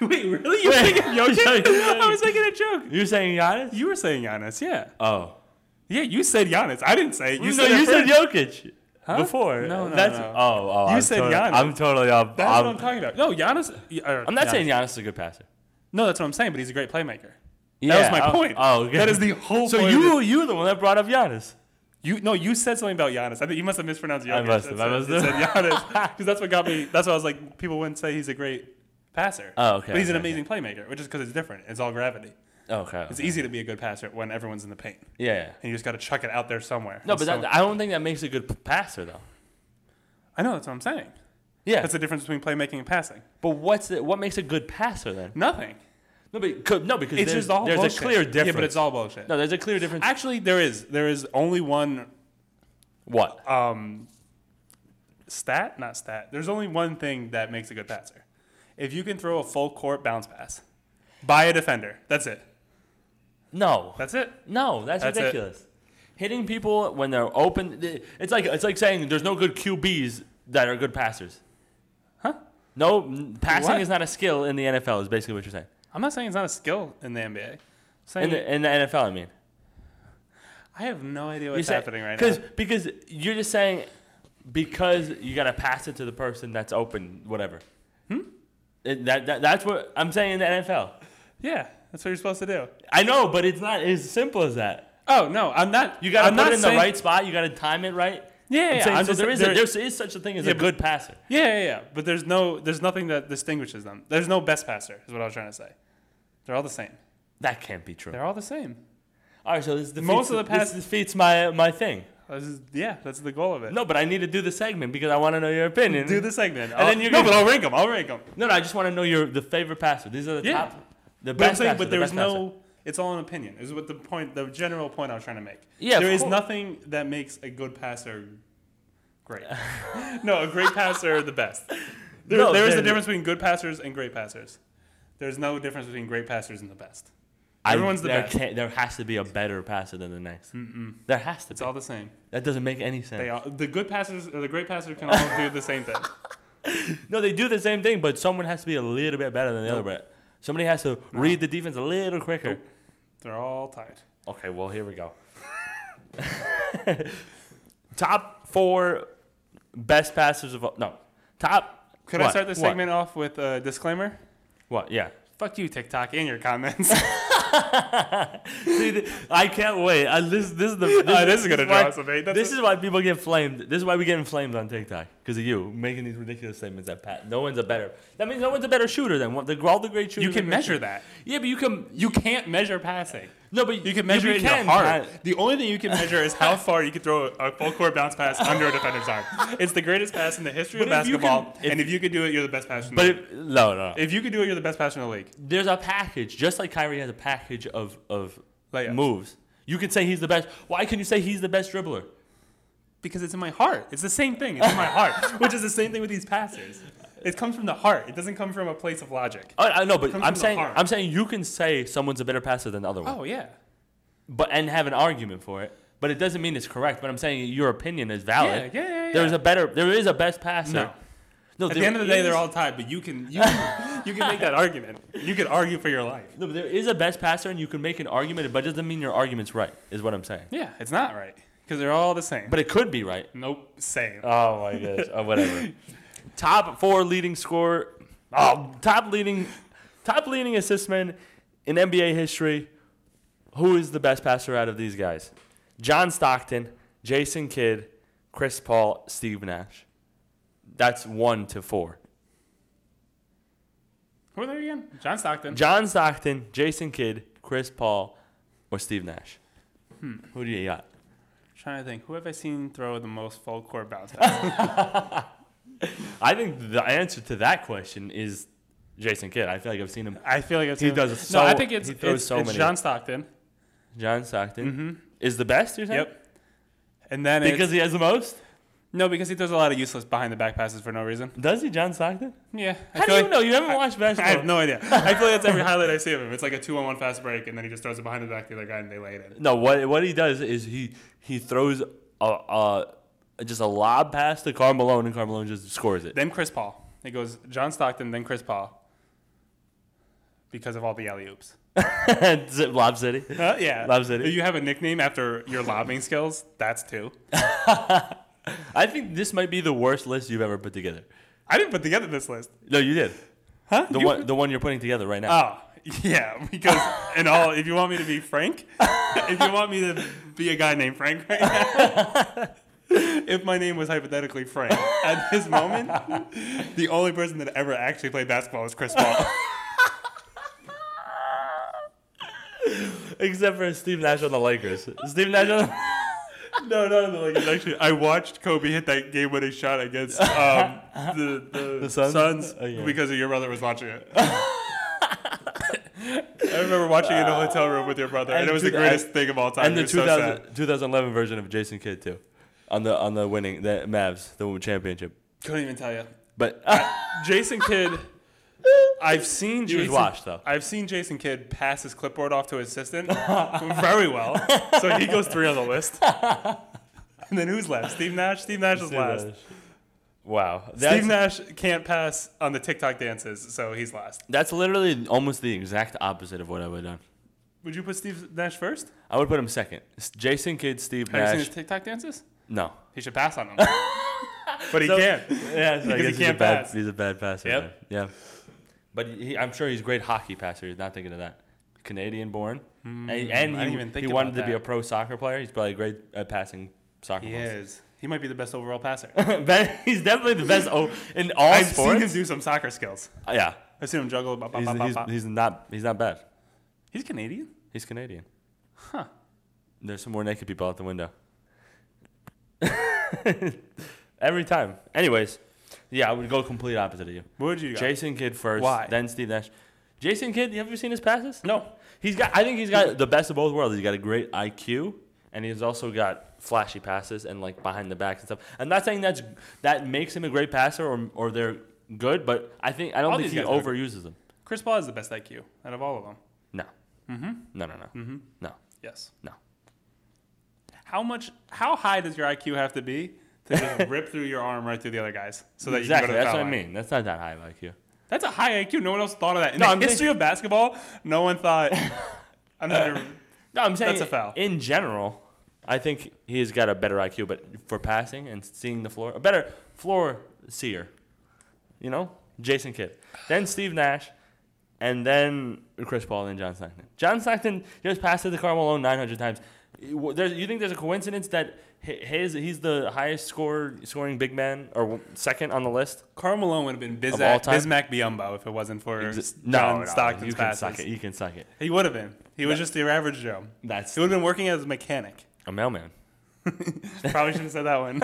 B: Wait, really? You're
A: Wait,
B: thinking of Jokic?
A: Jokic.
B: I was making a joke.
A: You're saying Giannis?
B: You were saying Giannis, yeah.
A: Oh,
B: Yeah, you said Giannis. I didn't say it. You
A: you, no,
B: said
A: you said
B: Jokic.
A: Jokic before.
B: No, no,
A: That's,
B: no.
A: Oh, oh,
B: You
A: I'm
B: said
A: totally,
B: Giannis.
A: I'm totally up.
B: That's
A: I'm,
B: what I'm talking about. No, Giannis. y- uh,
A: Um, I'm not
B: Giannis.
A: saying Giannis is a good passer.
B: No, that's what I'm saying. But he's a great playmaker.
A: Yeah,
B: that was my
A: oh,
B: point.
A: Oh, okay.
B: that is the whole.
A: So
B: point
A: you
B: of
A: you were the one that brought up Giannis.
B: the- you no, you said something about Giannis. I think you must have mispronounced Giannis.
A: I must have, I must
B: Said Giannis because that's what got me. That's what I was like. People wouldn't say he's a great passer.
A: Oh, okay,
B: But he's an
A: okay,
B: amazing playmaker, which is because it's different. It's all gravity.
A: Okay.
B: It's
A: okay.
B: easy to be a good passer when everyone's in the paint,
A: Yeah. yeah.
B: and you just got to chuck it out there somewhere.
A: No,
B: And
A: but
B: so-
A: that, I don't think that makes a good p- passer though.
B: I know that's what I'm saying.
A: Yeah.
B: That's the difference between playmaking and passing.
A: But what's the, what makes a good passer then?
B: Nothing.
A: No, but, co- no because
B: It's
A: there's,
B: just all
A: there's
B: bullshit.
A: a clear difference.
B: Yeah, but it's all bullshit.
A: no, there's a clear difference.
B: Actually, there is. There is only one
A: what?
B: um, stat, not stat. There's only one thing that makes a good passer. If you can throw a full court bounce pass by a defender, that's it.
A: No,
B: That's it.
A: no, that's,
B: That's it.
A: ridiculous. Hitting people when they're open, th- it's like it's like saying there's no good QBs that are good passers.
B: Huh?
A: No, n- passing
B: What?
A: is not a skill in the NFL. Is basically what you're saying.
B: I'm not saying it's not a skill in the NBA. I'm saying
A: In the, in the NFL, I mean.
B: I have no idea what's
A: say-
B: happening right now.
A: Cause, because you're just saying because you gotta pass it to the person that's open, whatever. Hmm. that, that that's what I'm saying in the NFL.
B: Yeah, that's what you're supposed to do.
A: I know, but it's not as simple as that.
B: Oh no, I'm not.
A: You gotta
B: I'm
A: put
B: not
A: it in
B: saying-
A: the right spot. You gotta time it right.
B: Yeah,
A: I'm
B: yeah,
A: saying,
B: I'm
A: so
B: just-
A: there is
B: there-
A: a, there is such a thing as
B: Yeah,
A: a
B: but-
A: good passer.
B: Yeah, yeah, yeah. But there's no, there's nothing that distinguishes them. There's no best passer. Is what I was trying to say. They're all the same.
A: That can't be true.
B: They're all the same.
A: All right, so this defeats,
B: Most of the pass-
A: this defeats my my thing.
B: This is- yeah, that's the goal of it.
A: No, but I need to do the segment because I want to know your opinion.
B: do the segment,
A: And then you're
B: no,
A: gonna-
B: but I'll rank them. I'll rank them.
A: No, no, I just want to know your the favorite passer. These are the
B: Yeah.
A: top, the
B: But I'm
A: best.
B: saying,
A: passer,
B: but
A: the
B: there was
A: best passer.
B: no. It's all an opinion. Is what the point, the general point I was trying to make.
A: Yeah, of
B: there is
A: course.
B: nothing that makes a good passer great. no, a great passer the best. There,
A: No,
B: there is a
A: there-
B: difference between good passers and great passers. There's no difference between great passers and the best.
A: I-
B: Everyone's the
A: there
B: best.
A: can't- there has to be a better passer than the next. There has to
B: It's
A: be.
B: all the same.
A: That doesn't make any sense.
B: They all, the good passers or the great passers can all do the same thing.
A: no, they do the same thing, but someone has to be a little bit better than the other. But somebody has to read the defense a little quicker.
B: They're all tied.
A: Okay, well here we go. top four best passers of all. No, top.
B: Could I
A: what?
B: start this
A: What?
B: segment off with a disclaimer?
A: What? Yeah.
B: Fuck you, TikTok, and your comments.
A: See, th- I can't wait. I, this, this is the. This,
B: Oh, this is gonna
A: why-
B: draw some hate. That's
A: This
B: a-
A: is why people get flamed. This is why we get flamed on TikTok. because of you making these ridiculous statements that Pat. No one's a better. That means no one's a better shooter than one. They're all the great shooters.
B: You can
A: are great
B: measure
A: shooters.
B: that.
A: Yeah, but you can.
B: You can't measure passing.
A: No, but
B: You can measure it in
A: can,
B: your heart.
A: Pat.
B: The only thing you can measure is how far you can throw a full court bounce pass under a defender's arm. It's the greatest pass in the history of
A: But if you
B: basketball,
A: can- if-
B: and if you can do it, you're the best passer. In
A: But
B: the league.
A: if, no, no, no.
B: if you can do it, you're the best passer in the league.
A: there's a package, just like Kyrie has a package of of
B: Layups.
A: moves. You could say he's the best. Why can you say he's the best dribbler?
B: Because it's in my heart. It's the same thing. It's in my heart, which is the same thing with these passers. It comes from the heart. It doesn't come from a place of logic.
A: Oh, I know, but
B: comes
A: I'm
B: from the
A: saying
B: heart.
A: I'm saying you can say someone's a better passer than the other one,
B: Oh yeah.
A: but and have an argument for it. But it doesn't mean it's correct. But I'm saying your opinion is valid.
B: Yeah, yeah, yeah, yeah.
A: There's a better. There is a best passer.
B: No.
A: No,
B: At
A: there
B: the end of the day,
A: is-
B: they're all tied. But you can you can, you can make that argument. You can argue for your life.
A: No, but there is a best passer, and you can make an argument, but it doesn't mean your argument's right. Is what I'm saying.
B: Yeah, it's not right because they're all the same.
A: But it could be right.
B: nope, same. Uh,
A: Oh my gosh. Oh, whatever. top four leading scorer. Oh, top leading, top leading assist man in NBA history. Who is the best passer out of these guys? John Stockton, Jason Kidd, Chris Paul, Steve Nash. That's one to four.
B: Who are they again? John Stockton.
A: John Stockton, Jason Kidd, Chris Paul, or Steve Nash. Who do you got?
B: trying to think. Who have I seen throw the most full court bounce? passes?
A: I think the answer to that question is Jason Kidd. I feel like I've seen him.
B: I feel like I've
A: He
B: seen.
A: does
B: no,
A: so-
B: I think it's,
A: he throws
B: it's,
A: so
B: it's
A: many.
B: John Stockton.
A: John Stockton is the best. You're saying?
B: Yep. And then
A: Because
B: because
A: he has the most.
B: no, because he throws a lot of useless behind the back passes for no reason.
A: Does he, John Stockton?
B: Yeah. I
A: How do
B: feel
A: you
B: like-
A: know? You haven't watched
B: I
A: basketball.
B: have no idea. I feel like that's every highlight I see of him. It's like a two-on-one fast break, and then he just throws it behind the back of the other guy, and they lay it in.
A: No, what what he does is he he throws a, a just a lob pass to Carmelo and Carmelo just scores it.
B: Then Chris Paul. It goes John Stockton, then Chris Paul. Because of all the alley oops.
A: Z- lob City.
B: Uh, yeah.
A: Loves it.
B: If you have a nickname after your lobbing skills, that's two.
A: I think this might be the worst list you've ever put together.
B: I didn't put together this list.
A: No, you did.
B: Huh?
A: The
B: You-
A: one the one you're putting together right now.
B: Oh, yeah. Because, and all, if you want me to be Frank, if you want me to be a guy named Frank right now, if my name was hypothetically Frank, at this moment, the only person that ever actually played basketball was Chris Paul.
A: Except for Steve Nash on the Lakers. Steve Nash on the
B: no, no, no. Like, it's actually, I watched Kobe hit that game winning shot against um, the, the,
A: The Suns?
B: Suns
A: Oh, yeah.
B: because your brother was watching it. I remember watching it in a hotel room with your brother, and,
A: And
B: it was
A: two-
B: the greatest
A: and-
B: thing of all time.
A: and
B: it
A: the
B: was so
A: 2000,
B: sad.
A: 2011 version of Jason Kidd too. On the on the winning the Mavs, the championship.
B: Couldn't even tell you.
A: But
B: Jason Kidd. I've seen
A: He was
B: Jason.
A: washed, though.
B: I've seen Jason Kidd pass his clipboard off to his assistant very well, so he goes three on the list. And then who's left? Steve Nash. Steve Nash is last.
A: Wow.
B: Steve
A: That's-
B: Nash can't pass on the TikTok dances, so he's last.
A: That's literally almost the exact opposite of what I would have done.
B: Would you put Steve Nash first?
A: I would put him second. It's Jason Kidd, Steve
B: Have you seen his
A: Nash.
B: TikTok dances?
A: No.
B: He should pass on them. but he can't.
A: Yeah, so I
B: Because
A: guess
B: he
A: he's a
B: can't
A: bad.
B: pass.
A: He's a bad passer.
B: Yep.
A: then. Yeah. But he, I'm sure he's a great hockey passer. He's not thinking of that. Canadian born, and, and
B: Hmm, I
A: he,
B: didn't even think
A: he wanted
B: about
A: to be
B: that.
A: a pro soccer player. He's probably great at passing soccer
B: He
A: balls.
B: is. He might be the best overall passer.
A: but he's definitely the best o- in all
B: I've seen
A: sports.
B: him do some soccer skills.
A: yeah,
B: I've seen him juggle. Bop, bop,
A: he's,
B: bop, bop,
A: he's,
B: bop.
A: he's not he's not bad.
B: He's Canadian?
A: He's Canadian.
B: Huh.
A: There's some more naked people out the window. Every time. Anyways, yeah, I would go complete opposite of you.
B: What would you go?
A: Jason Kidd first,
B: Why?
A: then Steve Nash. Jason Kidd, have you seen his passes?
B: No.
A: He's got I think he's got the best of both worlds. He's got a great IQ and he's also got flashy passes and like behind the back and stuff. I'm not saying that's that makes him a great passer or or they're good, but I think I don't
B: All
A: think
B: these
A: he
B: guys are good.
A: overuses them.
B: Chris Paul has the best IQ out of all of them.
A: No. Mm-hmm. No, no, no. Mm-hmm. No.
B: Yes.
A: No.
B: How much? How high does your IQ have to be to just rip through your arm right through the other guys so that you
A: Exactly.
B: can go to the
A: That's
B: foul
A: what I
B: line?
A: mean. That's not that high of IQ.
B: That's a high IQ. No one else thought of that. In
A: No,
B: the
A: I'm
B: history of basketball, no one thought. I'm not.
A: No, I'm saying
B: That's a foul.
A: In general, I think he's got a better IQ, but for passing and seeing the floor, a better floor seer. You know, Jason Kidd, then Steve Nash, and then Chris Paul, and John Stockton. John Stockton just passed it to Carmelo 900 times. w- there, you think there's a coincidence that hi- his he's the highest score scoring big man or w- second on the list?
B: Carl Malone would have been
A: Of all
B: Bizak,
A: time?
B: Bismack Biombo if it wasn't for
A: No,
B: John
A: no,
B: Stockton's
A: you can
B: passes.
A: suck it. You can suck it.
B: He would have been. He was just your average Joe.
A: That's
B: He would have been working as a mechanic.
A: a mailman.
B: Probably shouldn't have said that one.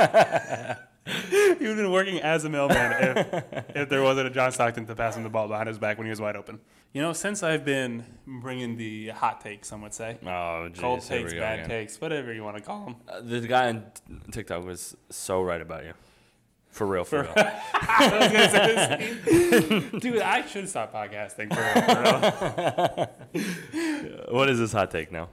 B: he would have been working as a mailman if, if there wasn't a John Stockton to pass him the ball behind his back when he was wide open. You know, since I've been bringing the hot takes, some would say,
A: Oh, geez,
B: cold
A: here we
B: takes,
A: go
B: bad
A: again.
B: takes, whatever you want to call them.
A: Uh, the guy on t- TikTok was so right about you. For real, for, real.
B: I was gonna say this. Dude, I should stop podcasting for real, for real.
A: What is this hot take now?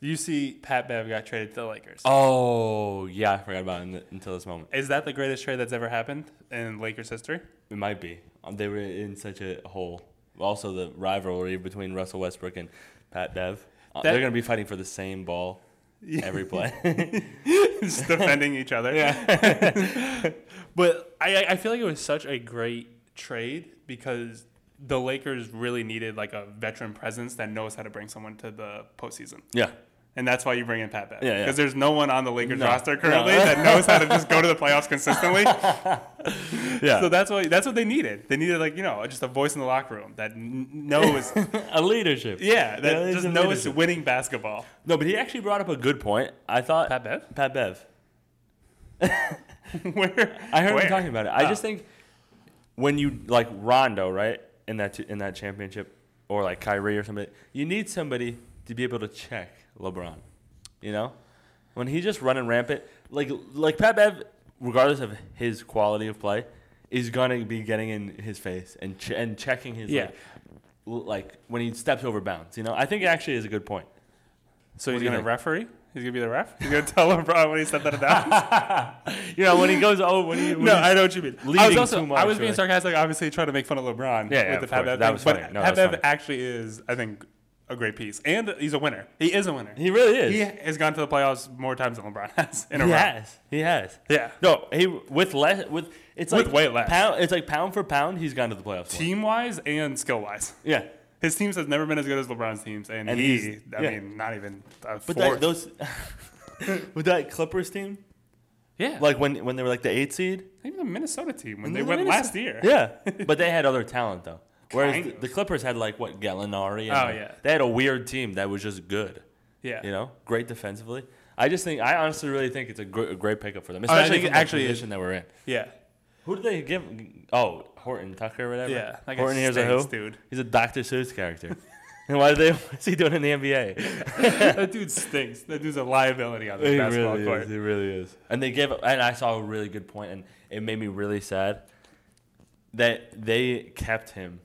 B: You see, Pat Bev got traded to the Lakers.
A: Oh, yeah, I forgot about it n- until this moment.
B: Is that the greatest trade that's ever happened in Lakers history?
A: It might be. Um, They were in such a hole. Also, the rivalry between Russell Westbrook and Pat Bev. Uh,
B: That-
A: they're going to be fighting for the same ball every play.
B: Just defending each other. Yeah. but I, I feel like it was such a great trade because the Lakers really needed like a veteran presence that knows how to bring someone to the postseason.
A: yeah.
B: And that's why you bring in Pat Bev.
A: Yeah, yeah.
B: Because there's no one on the Lakers
A: No,
B: roster
A: no.
B: currently that knows how to just go to the playoffs consistently.
A: Yeah.
B: So that's why that's what they needed. They needed like you know just a voice in the locker room that n- knows,
A: a leadership.
B: yeah, that
A: it's
B: just
A: a
B: knows
A: leadership.
B: winning basketball.
A: No, but he actually brought up a good point. I thought
B: Pat Bev?
A: Pat Bev.
B: Where
A: I heard
B: where?
A: him talking about it. I
B: Oh.
A: just think when you like Rondo, right, in that t- in that championship, or like Kyrie or somebody, you need somebody to be able to check LeBron. You know, when he's just running rampant, like like Pat Bev, regardless of his quality of play, is gonna be getting in his face and ch- and checking his
B: Yeah.
A: like, l- like when he steps over bounds. You know, I think it actually is a good point.
B: So
A: What
B: he's
A: do you
B: gonna
A: think?
B: referee. He's gonna be the ref. He's gonna tell LeBron when he stepped out of bounds.
A: You know, when he goes oh, when he when
B: no,
A: he-
B: I know what you mean. I was
A: Leading
B: also
A: too much,
B: I was being
A: really.
B: sarcastic, obviously trying to make fun of LeBron.
A: Yeah, yeah,
B: with the
A: of course.
B: Pat Bev
A: That
B: thing,
A: was funny.
B: But
A: No, that
B: Pat
A: was
B: Bev
A: funny.
B: actually is, I think, a great piece, and he's a winner. He is a winner.
A: he really is.
B: He has gone to the playoffs more times than LeBron has in a
A: He
B: row.
A: has. He has.
B: Yeah.
A: No, he with less with it's
B: With
A: like
B: way less.
A: Pound, it's like pound for pound, he's gone to the playoffs. more.
B: Team wise and skill wise,
A: Yeah.
B: his teams has never been as good as LeBron's teams, and,
A: And
B: he,
A: he's-
B: I
A: yeah.
B: mean, not even a
A: But
B: fourth.
A: that, those with that Clippers team,
B: yeah,
A: like when when they were like the eight seed,
B: even the Minnesota team when
A: And
B: they
A: the
B: went
A: Minnesota-
B: last year.
A: yeah. but they had other talent though. Whereas
B: Kind
A: the,
B: of.
A: the Clippers had like what Gallinari. And
B: Oh, yeah.
A: They had a weird team that was just good.
B: yeah.
A: You know, great defensively. I just think I honestly really think it's a, gr- a great pickup for them,
B: Oh, I
A: especially
B: think
A: from
B: it
A: the
B: actually is.
A: position that we're in.
B: yeah.
A: Who did they give? Oh, Horton Tucker or whatever.
B: Yeah, that guy
A: Horton here's a who?
B: stinks, dude.
A: He's a Dr. Seuss character. and why did they? What's he doing in the NBA?
B: that dude stinks. That dude's a liability on the basketball court.
A: He really is. And they gave. And I saw a really good point, and it made me really sad that they kept him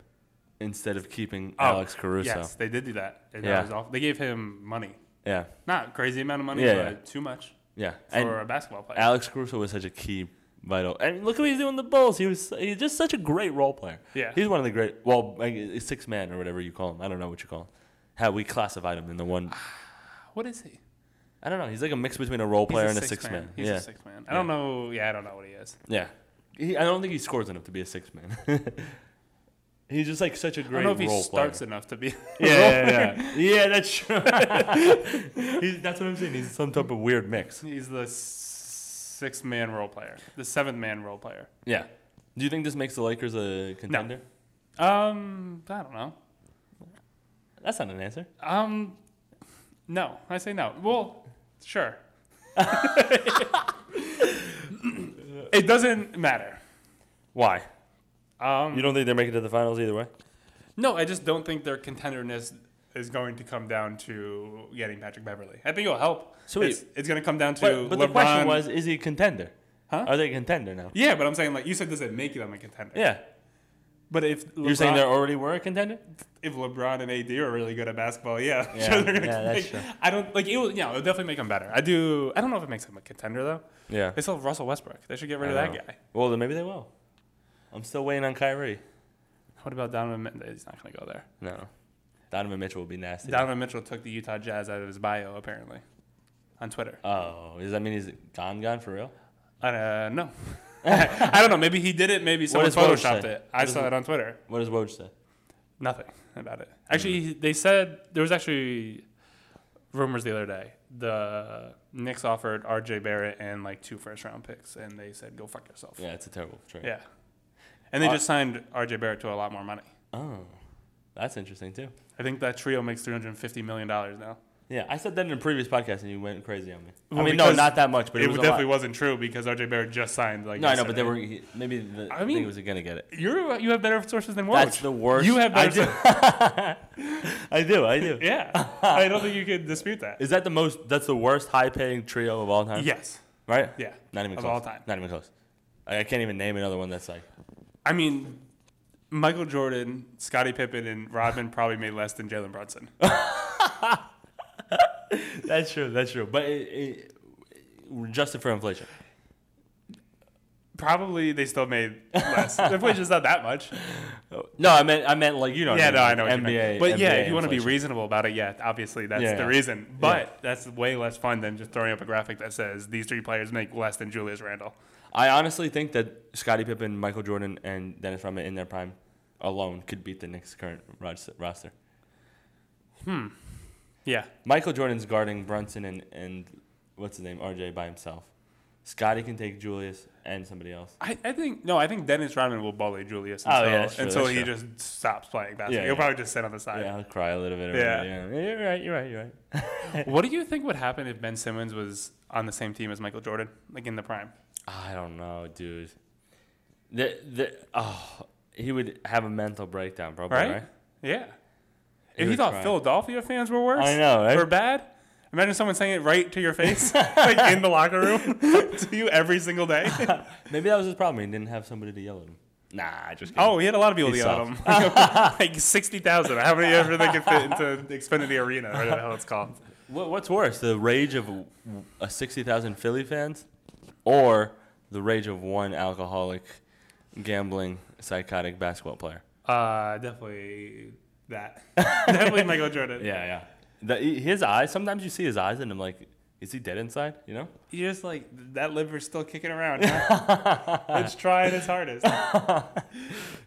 A: instead of keeping
B: Oh,
A: Alex Caruso.
B: Yes, they did do that. And
A: Yeah.
B: that was awful. They gave him money.
A: Yeah,
B: Not a crazy amount of money,
A: Yeah,
B: but
A: yeah.
B: too much
A: yeah.
B: for
A: and
B: a basketball player.
A: Alex Caruso was such a key. Vital and look what he's doing with the Bulls. He was he's just such a great role player.
B: Yeah.
A: he's one of the great. Well, like, a six man or whatever you call him. I don't know what you call him. How we classified him in the one
B: what is he?
A: I don't know. He's like a mix between a role
B: He's
A: player and a six man.
B: He's
A: yeah.
B: a six man. I don't know. Yeah, I don't know what he is.
A: Yeah. He, I don't think he scores enough to be a six man. He's just like such a
B: I
A: great
B: don't know if he
A: role
B: starts
A: player.
B: enough to be.
A: yeah, yeah, yeah. yeah, that's true. He's, that's what I'm saying. He's some type of weird mix.
B: He's the six man role player, the seventh man role player.
A: Yeah. Do you think this makes the Lakers a contender?
B: Um, I don't know.
A: That's not an answer.
B: Um, no, I say no. Well, sure. it doesn't matter.
A: Why?
B: Um,
A: You don't think they're making it to the finals either way?
B: No, I just don't think their contenderness is going to come down to getting Patrick Beverly. I think it'll help.
A: So
B: it's,
A: wait-
B: it's going to come down to
A: But, but
B: LeBron.
A: the question was, is he a contender?
B: Huh?
A: Are they a contender now?
B: yeah, but I'm saying like you said, does it make them a contender?
A: Yeah.
B: But if LeBron,
A: You're saying they already were a contender?
B: if LeBron and AD are really good at basketball, yeah,
A: Yeah,
B: sure they're gonna
A: yeah, that's
B: make-
A: true.
B: I don't like it. Will, yeah, it'll definitely make them better. I do. I don't know if it makes them a contender though.
A: Yeah.
B: They still have Russell Westbrook. They should get rid of
A: I
B: that
A: know.
B: guy.
A: Well, then maybe they will. I'm still waiting on Kyrie.
B: What about Donovan Mitchell? He's not going to go there.
A: No. Donovan Mitchell will be nasty.
B: Donovan Mitchell took the Utah Jazz out of his bio apparently on Twitter.
A: oh, does that mean he's gone, gone for real?
B: Uh, no. I don't know. Maybe he did it. Maybe someone
A: does Woj
B: photoshopped
A: say?
B: it. I
A: What does
B: saw
A: Woj-
B: it on Twitter.
A: What does Woj say? Hmm.
B: Nothing about it. Actually, they said there was actually rumors the other day. The Knicks offered R.J. Barrett and like two first round picks, and they said, "Go fuck yourself."
A: Yeah, it's a terrible trade.
B: Yeah. And they
A: Uh,
B: just signed R.J. Barrett to a lot more money.
A: Oh, that's interesting too.
B: I think that trio makes three hundred fifty million dollars now.
A: Yeah, I said that in a previous podcast, and you went crazy on me. I
B: Well,
A: mean, no,
B: because
A: not that much, but it,
B: it
A: was
B: definitely
A: a lot.
B: wasn't true because R.J. Barrett just signed. Like
A: No, I know, but they
B: yesterday.
A: were he- maybe the
B: I
A: I mean,
B: mean-
A: was gonna get it.
B: You're you have better sources than Woj.
A: That's the worst.
B: You have
A: I
B: better.
A: do.
B: sources-
A: I do. I do.
B: yeah, I don't think you could dispute that.
A: Is that the most? That's the worst high-paying trio of all time.
B: yes.
A: Right.
B: Yeah.
A: Not even
B: of
A: close.
B: all time.
A: Not even close. I, I can't even name another one that's like.
B: I mean, Michael Jordan, Scottie Pippen, and Rodman probably made less than Jalen Brunson.
A: That's true. That's true. But it, it, adjusted for inflation.
B: probably they still made less. Their wages not that much.
A: No, I meant I meant like you know.
B: Yeah,
A: what
B: no, I
A: I
B: know.
A: mean,
B: What
A: like
B: you
A: NBA,
B: mean. but yeah,
A: NBA
B: if you want to be
A: inflation.
B: reasonable about it, yeah, obviously that's
A: Yeah.
B: the reason. But that's way less fun than just throwing up a graphic that says these three players make less than Julius Randle.
A: I honestly think that Scottie Pippen, Michael Jordan, and Dennis Rodman in their prime alone could beat the Knicks' current ros- roster.
B: Yeah,
A: Michael Jordan's guarding Brunson and, and what's his name, RJ, by himself. Scotty can take Julius and somebody else.
B: I, I think no, I think Dennis Rodman will bully Julius
A: Oh,
B: until,
A: yeah, that's true,
B: until
A: that's
B: he
A: true.
B: just stops playing basketball.
A: Yeah,
B: He'll
A: yeah.
B: probably just sit on the side.
A: Yeah, I'll cry a little bit. Over
B: Yeah.
A: yeah. yeah, you're right. You're right. You're right.
B: What do you think would happen if Ben Simmons was on the same team as Michael Jordan, like in the prime?
A: I don't know, dude. The, the, oh, he would have a mental breakdown, probably.
B: Right?
A: Right?
B: Yeah.
A: He
B: If he
A: would
B: thought
A: cry.
B: Philadelphia fans were worse,
A: I know, right?
B: were bad. Imagine someone saying it right to your face, like in the locker room, to you every single day.
A: Maybe that was his problem. He didn't have somebody to yell at him. Nah, just kidding.
B: oh, he had a lot of people
A: He
B: yell at him, like sixty thousand. How many ever they could fit into the Xfinity Arena, or whatever the hell it's called.
A: What, what's worse, the rage of a sixty thousand Philly fans, or the rage of one alcoholic, gambling, psychotic basketball player?
B: Uh, definitely that. definitely Michael Jordan.
A: Yeah, yeah. The, his eyes. Sometimes you see his eyes, and I'm like, is he dead inside? You know?
B: You're just like that liver's still kicking around. Huh? it's trying its hardest.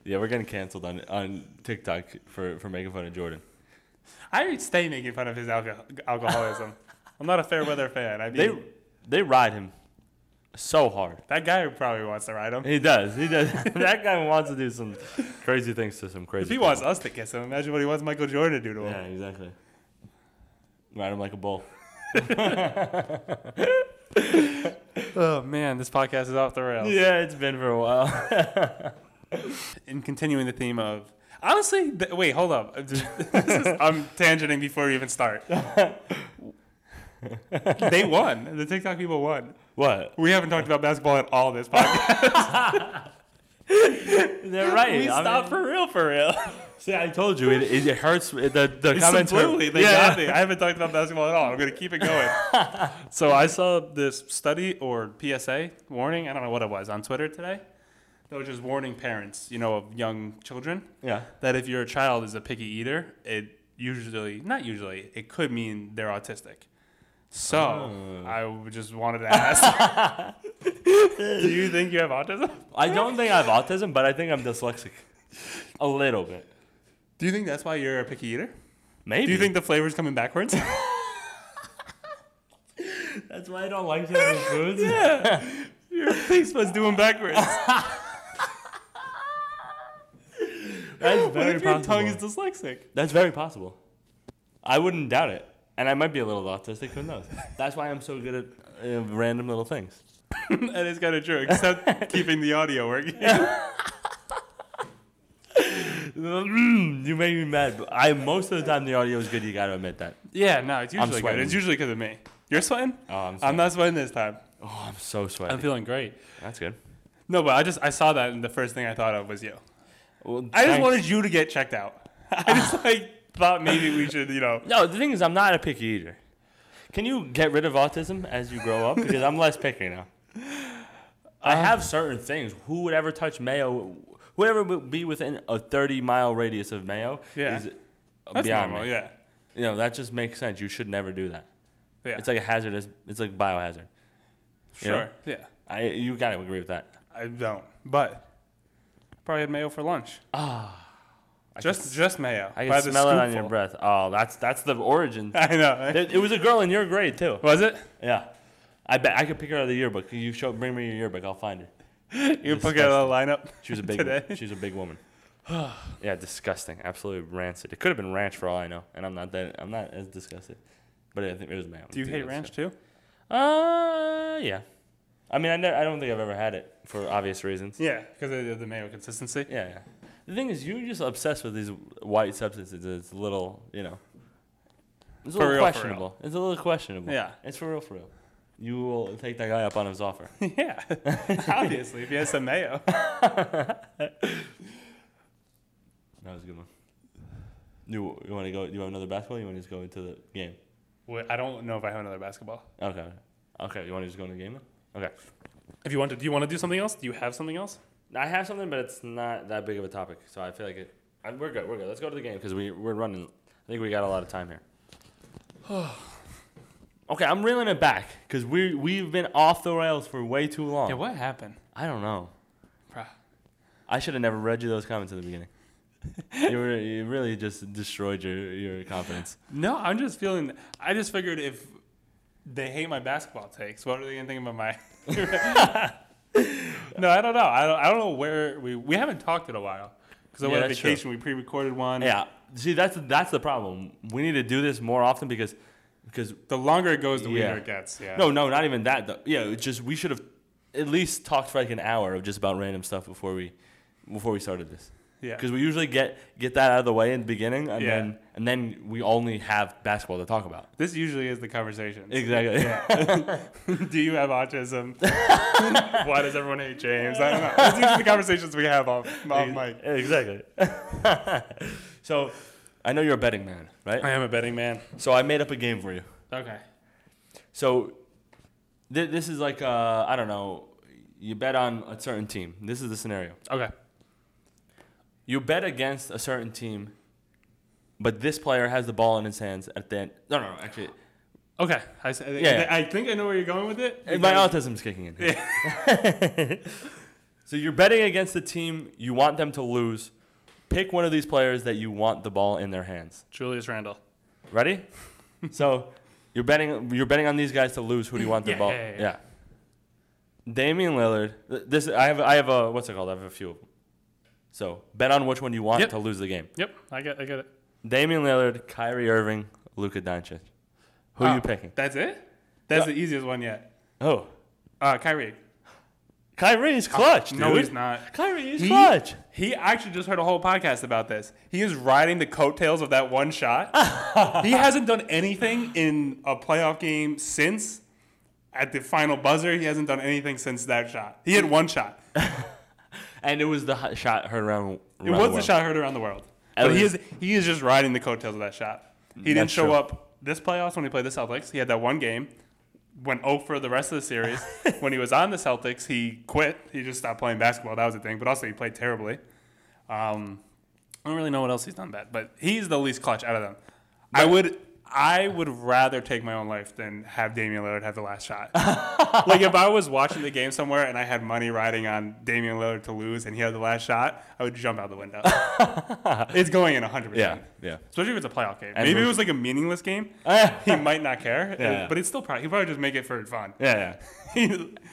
A: Yeah, we're getting canceled on on TikTok for for making fun of Jordan.
B: I would stay making fun of his alco- alcoholism. I'm not a fair weather fan. I mean,
A: They they ride him so hard.
B: that guy probably wants to ride him.
A: He does. He does. that guy wants to do some crazy things to some crazy.
B: If he
A: people.
B: wants us to kiss him, imagine what he wants Michael Jordan to do to him.
A: Yeah, exactly. Ride him like a bull.
B: Oh man, this podcast is off the rails.
A: Yeah, it's been for a while.
B: And continuing the theme of honestly, th- wait, hold up. This is- I'm tangenting before we even start. they won. The TikTok people won.
A: What?
B: We haven't talked about basketball at all this podcast.
A: They're right.
B: we
A: I
B: stopped
A: mean-
B: for real, for real.
A: See, I told you it, it, it hurts. It, the the comments hurt.
B: Absolutely, they got me. I haven't talked about basketball at all. I'm gonna keep it going. so I saw this study or PSA warning. I don't know what it was on Twitter today. That was just warning parents, you know, of young children.
A: Yeah.
B: that if your child is a picky eater, it usually, not usually, it could mean they're autistic. So I w- just wanted to ask Do you think you have autism?
A: I don't think I have autism, but I think I'm dyslexic, a little bit.
B: Do you think that's why you're a picky eater?
A: Maybe.
B: Do you think the flavor's coming backwards?
A: that's why I don't like certain foods?
B: your face was doing backwards.
A: That's
B: what
A: very
B: if your
A: possible.
B: tongue is dyslexic?
A: that's very possible. I wouldn't doubt it, and I might be a little autistic. Who knows? That's why I'm so good at uh, random little things.
B: that is kind of true, except keeping the audio working.
A: Mm, you make me mad. But I most of the time the audio is good. You got to admit that.
B: Yeah, no, it's
A: I'm
B: usually good.
A: sweating.
B: It's usually because of me. You're sweating?
A: Oh, I'm.
B: I'm
A: sweating.
B: not sweating this time.
A: oh, I'm so sweaty.
B: I'm feeling great.
A: that's good.
B: No, but I just I saw that and the first thing I thought of was you.
A: Well,
B: I just
A: thanks.
B: wanted you to get checked out. I just like thought maybe we should, you know.
A: No, the thing is, I'm not a picky eater. Can you get rid of autism as you grow up? Because I'm less picky now. I have certain things. Who would ever touch mayo? Whoever would be within a 30 mile radius of mayo
B: Yeah.
A: is
B: That's
A: beyond
B: normal,
A: me.
B: yeah.
A: You know, that just makes sense. You should never do that.
B: Yeah.
A: It's like a hazardous, it's like biohazard. you
B: sure.
A: know?
B: Yeah.
A: I, you got to agree with that.
B: I don't. But I probably had mayo for lunch.
A: Ah. I
B: Just
A: can,
B: just mayo.
A: I
B: by
A: can
B: the
A: smell it on your
B: scoopful.
A: breath. Oh, that's that's the origin.
B: I know.
A: it, it was a girl in your grade too.
B: Was it?
A: Yeah, I bet I could pick her out of the yearbook. You show, bring me your yearbook. I'll find her.
B: You put it on the lineup.
A: She was a big.
B: today.
A: She was a big woman. yeah, disgusting. Absolutely rancid. It could have been ranch for all I know, and I'm not that. I'm not as disgusted. But I think it was mayo.
B: Do you hate ranch too?
A: Uh, yeah. I mean, I, ne- I don't think I've ever had it for obvious reasons.
B: Yeah, because of the mayo consistency.
A: Yeah, yeah. The thing is, you're just obsessed with these white substances. It's a little, you know, it's a
B: For
A: little
B: real, for real.
A: questionable. It's a little questionable.
B: Yeah.
A: it's for real, for real. You will take that guy up on his offer.
B: Yeah, obviously, if you had some mayo.
A: That was a good one. You, you want to go? You have another basketball? Or you want to just go into the game?
B: Wait, I don't know if I have another basketball.
A: Okay. Okay. You want to just go into the game? Then? Okay.
B: If you want to, do you want to do something else? Do you have something else?
A: I have something, but it's not that big of a topic, so I feel like it. I, we're good. We're good. Let's go to the game because we we're running. I think we got a lot of time here. okay, I'm reeling it back because we we've been off the rails for way too long.
B: Yeah, what happened?
A: I don't know.
B: Bruh.
A: I should have never read you those comments in the beginning. you, were, you really just destroyed your, your confidence.
B: No, I'm just feeling. I just figured if they hate my basketball takes, what are they gonna think about my? no, I don't know. I don't, I don't know where we we haven't talked in a while because I
A: Yeah,
B: went on
A: that's true.
B: vacation. We pre-recorded one.
A: Yeah. See, that's that's the problem. We need to do this more often because because
B: The longer it goes, the weirder
A: Yeah.
B: it gets. Yeah.
A: No, no, not even that. Though. Yeah, it's just we should have at least talked for like an hour of just about random stuff before we before we started this.
B: Yeah.
A: Because we usually get get that out of the way in the beginning, and
B: Yeah.
A: then and then we only have basketball to talk about.
B: This usually is the conversation.
A: Exactly.
B: Do you have autism? Why does everyone hate James? I don't know. It's usually the conversations we have off, off mic.
A: exactly. so, I know you're a betting man, right?
B: I am a betting man.
A: So I made up a game for you.
B: Okay.
A: So, th- this is like uh, I don't know. You bet on a certain team. This is the scenario.
B: Okay.
A: you bet against a certain team, but this player has the ball in his hands at the end. No, no, no actually,
B: Okay. I, s- I think-
A: Yeah.
B: I think I know where you're going with it.
A: my
B: because-
A: autism's kicking in. so you're betting against the team you want them to lose. Pick one of these players that you want the ball in their hands.
B: Julius Randle.
A: Ready? so you're betting you're betting on these guys to lose. Who do you want the
B: Yeah,
A: ball?
B: yeah, yeah.
A: Damian Lillard. th- This I have I have a what's it called? I have a few of them. So bet on which one you want
B: Yep.
A: to lose the game.
B: Yep. I get. I get it.
A: Damian Lillard, Kyrie Irving, Luka Doncic. Who are you
B: Oh,
A: picking?
B: That's it? That's
A: Yeah.
B: the easiest one yet.
A: Ah. Oh, Ah,
B: Uh, Kyrie.
A: Kyrie is clutch, dude.
B: No, he's not.
A: Kyrie is
B: He-
A: clutch.
B: He I actually just heard a whole podcast about this. He is riding the coattails of that one shot. he hasn't done anything in a playoff game since. At the final buzzer, he hasn't done anything since that shot. He had one shot.
A: And it was the hot shot heard around.
B: It was the shot heard around the world. But he
A: was-
B: is he is just riding the coattails of that shot. He didn't
A: That's
B: show
A: true.
B: up this playoffs when he played the Celtics. He had that one game, went 0 for the rest of the series. when he was on the Celtics, he quit. He just stopped playing basketball. That was the thing. But also, he played terribly. Um, I don't really know what else he's done bad, but he's the least clutch out of them. I would. I would rather take my own life than have Damian Lillard have the last shot. like if I was watching the game somewhere and I had money riding on Damian Lillard to lose and he had the last shot, I would jump out the window. it's going in 100%.
A: Yeah, yeah.
B: Especially if it's a playoff game.
A: And
B: Maybe it
A: we're-
B: was like a meaningless game.
A: yeah,
B: He might not care,
A: Yeah.
B: but it's still probably he probably just make it for fun.
A: yeah.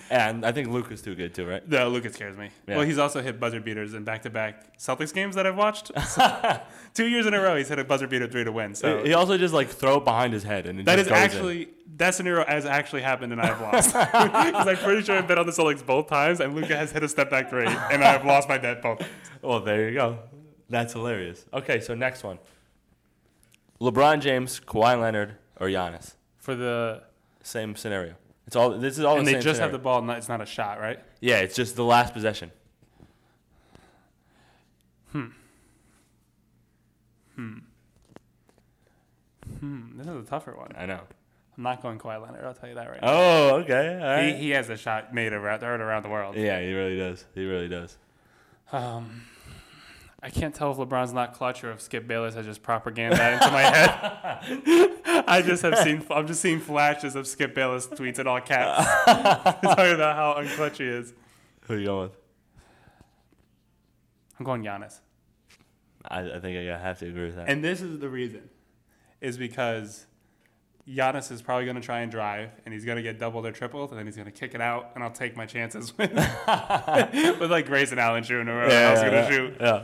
A: And I think Luka's too good too, right?
B: No, Lucas scares me.
A: Yeah.
B: Well, he's also hit buzzer beaters in back-to-back Celtics games that I've watched. Two years in a row, he's hit a buzzer beater three to win. So
A: He also just like throw it behind his head and it
B: that
A: just
B: is
A: goes in.
B: actually that scenario has actually happened, and I have lost because I'm pretty sure I've bet on the Celtics both times, and Luca has hit a step back three, and I've lost my bet both.
A: Well, Oh, there you go. That's hilarious. Okay, so next one. LeBron James, Kawhi Leonard, or Giannis.
B: For the
A: Same scenario. It's all. This is all.
B: and
A: the
B: they
A: same
B: just have
A: scenario.
B: the ball, and it's not a shot, right?
A: Yeah, it's just the last possession.
B: Hmm, this is a tougher one.
A: I know.
B: I'm not going Kawhi Leonard. I'll tell you that right. now.
A: Oh, okay. All
B: He, he has a shot made around, third around the world.
A: yeah, he really does. He really does.
B: Um, I can't tell if LeBron's not clutch or if Skip Bayless has just propaganda into my head. I just have seen. I'm just seeing flashes of Skip Bayless tweets in all caps talking about how unclutch he is.
A: Who you going with?
B: I'm going Giannis.
A: I, I think I gotta have to agree with that.
B: And this is the reason, is because Giannis is probably going to try and drive, and he's going to get doubled or tripled, and then he's going to kick it out, and I'll take my chances with, with like Grayson Allen shooting or whoever else going to
A: yeah,
B: shoot.
A: yeah.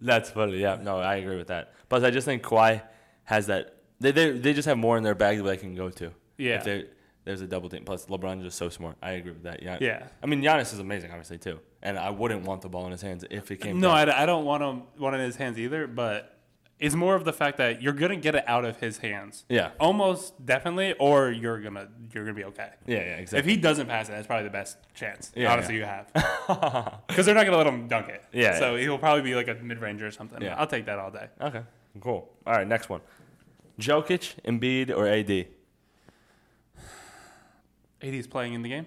A: that's funny. Yeah, no, I agree with that. But I just think Kawhi has that. They, they, they just have more in their bag that they can go to.
B: Yeah.
A: If they- there's a double team. Plus, LeBron's just so smart. I agree with that. Yeah.
B: Yeah.
A: I mean, Giannis is amazing, obviously, too. And I wouldn't want the ball in his hands if it came
B: No,
A: down.
B: I, I don't want him one in his hands either, but it's more of the fact that you're going to get it out of his hands.
A: Yeah.
B: Almost definitely, or you're going to you're gonna be okay.
A: Yeah, yeah,
B: If
A: exactly.
B: he doesn't pass it, that's probably the best chance,
A: Yeah,
B: honestly, you have. Because they're not going to let him dunk it.
A: Yeah,
B: So he'll probably be like a mid ranger or something.
A: Yeah.
B: I'll take that all day.
A: okay, cool. All right, next one. Jokic, Embiid, or AD?
B: AD's playing in the game?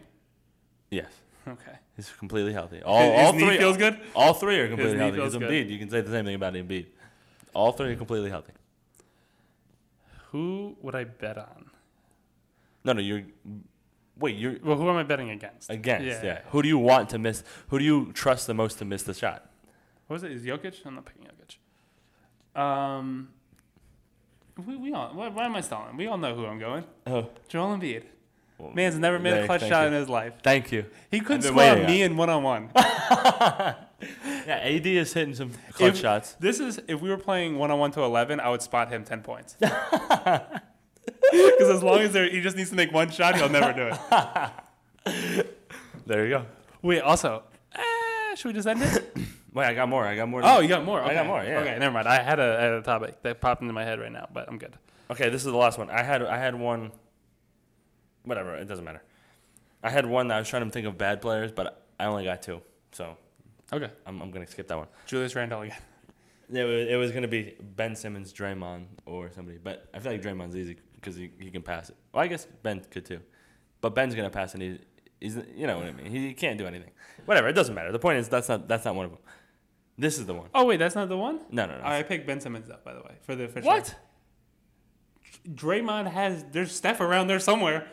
A: Yes.
B: Okay.
A: He's completely healthy. All,
B: his
A: all
B: knee
A: three uh,
B: feels good?
A: All three are completely
B: knee
A: healthy. Because
B: feels good.
A: Embiid, you can say the same thing about Embiid. All three are completely healthy.
B: Who would I bet on?
A: No, no, you're. Wait, you're
B: Well, who am I betting against?
A: against. Yeah. Who do you want to miss? Who do you trust the most to miss the shot?
B: What was it? Is Jokic? I'm not picking Jokic. Um, we, we all, why, why am I stalling? We all know who I'm going.
A: Oh,
B: Joel Embiid. Man's never made a
A: Hey,
B: clutch
A: thank
B: shot
A: you.
B: in his life.
A: Thank you.
B: He couldn't
A: I've been
B: score on
A: waiting
B: me in one on one.
A: Yeah, AD is hitting some clutch shots.
B: This is if we were playing one on one to eleven, I would spot him ten points. Because as long as there, he just needs to make one shot, he'll never do it.
A: There you go.
B: Wait, also, eh, should we just end it?
A: Wait, I got more. I got more.
B: Oh, you got more. Okay.
A: got more, yeah.
B: Okay, never mind. I had a, I had a topic that popped into my head right now, but I'm good.
A: Okay, this is the last one. I had I had one. Whatever, it doesn't matter. I had one that I was trying to think of bad players, but I only got two, so
B: Okay.
A: I'm, I'm gonna skip that one.
B: Julius Randall again.
A: It was, it was gonna be Ben Simmons, Draymond, or somebody, but I feel like Draymond's easy because he, he can pass it. Well, I guess Ben could too, but Ben's gonna pass and he, he's you know what I mean. He, he can't do anything. Whatever, it doesn't matter. The point is that's not that's not one of them. This is the one.
B: Oh wait, that's not the one.
A: No, no, no.
B: I picked Ben Simmons up, by the way, for the for
A: what?
B: sure. Draymond has there's Steph around there somewhere.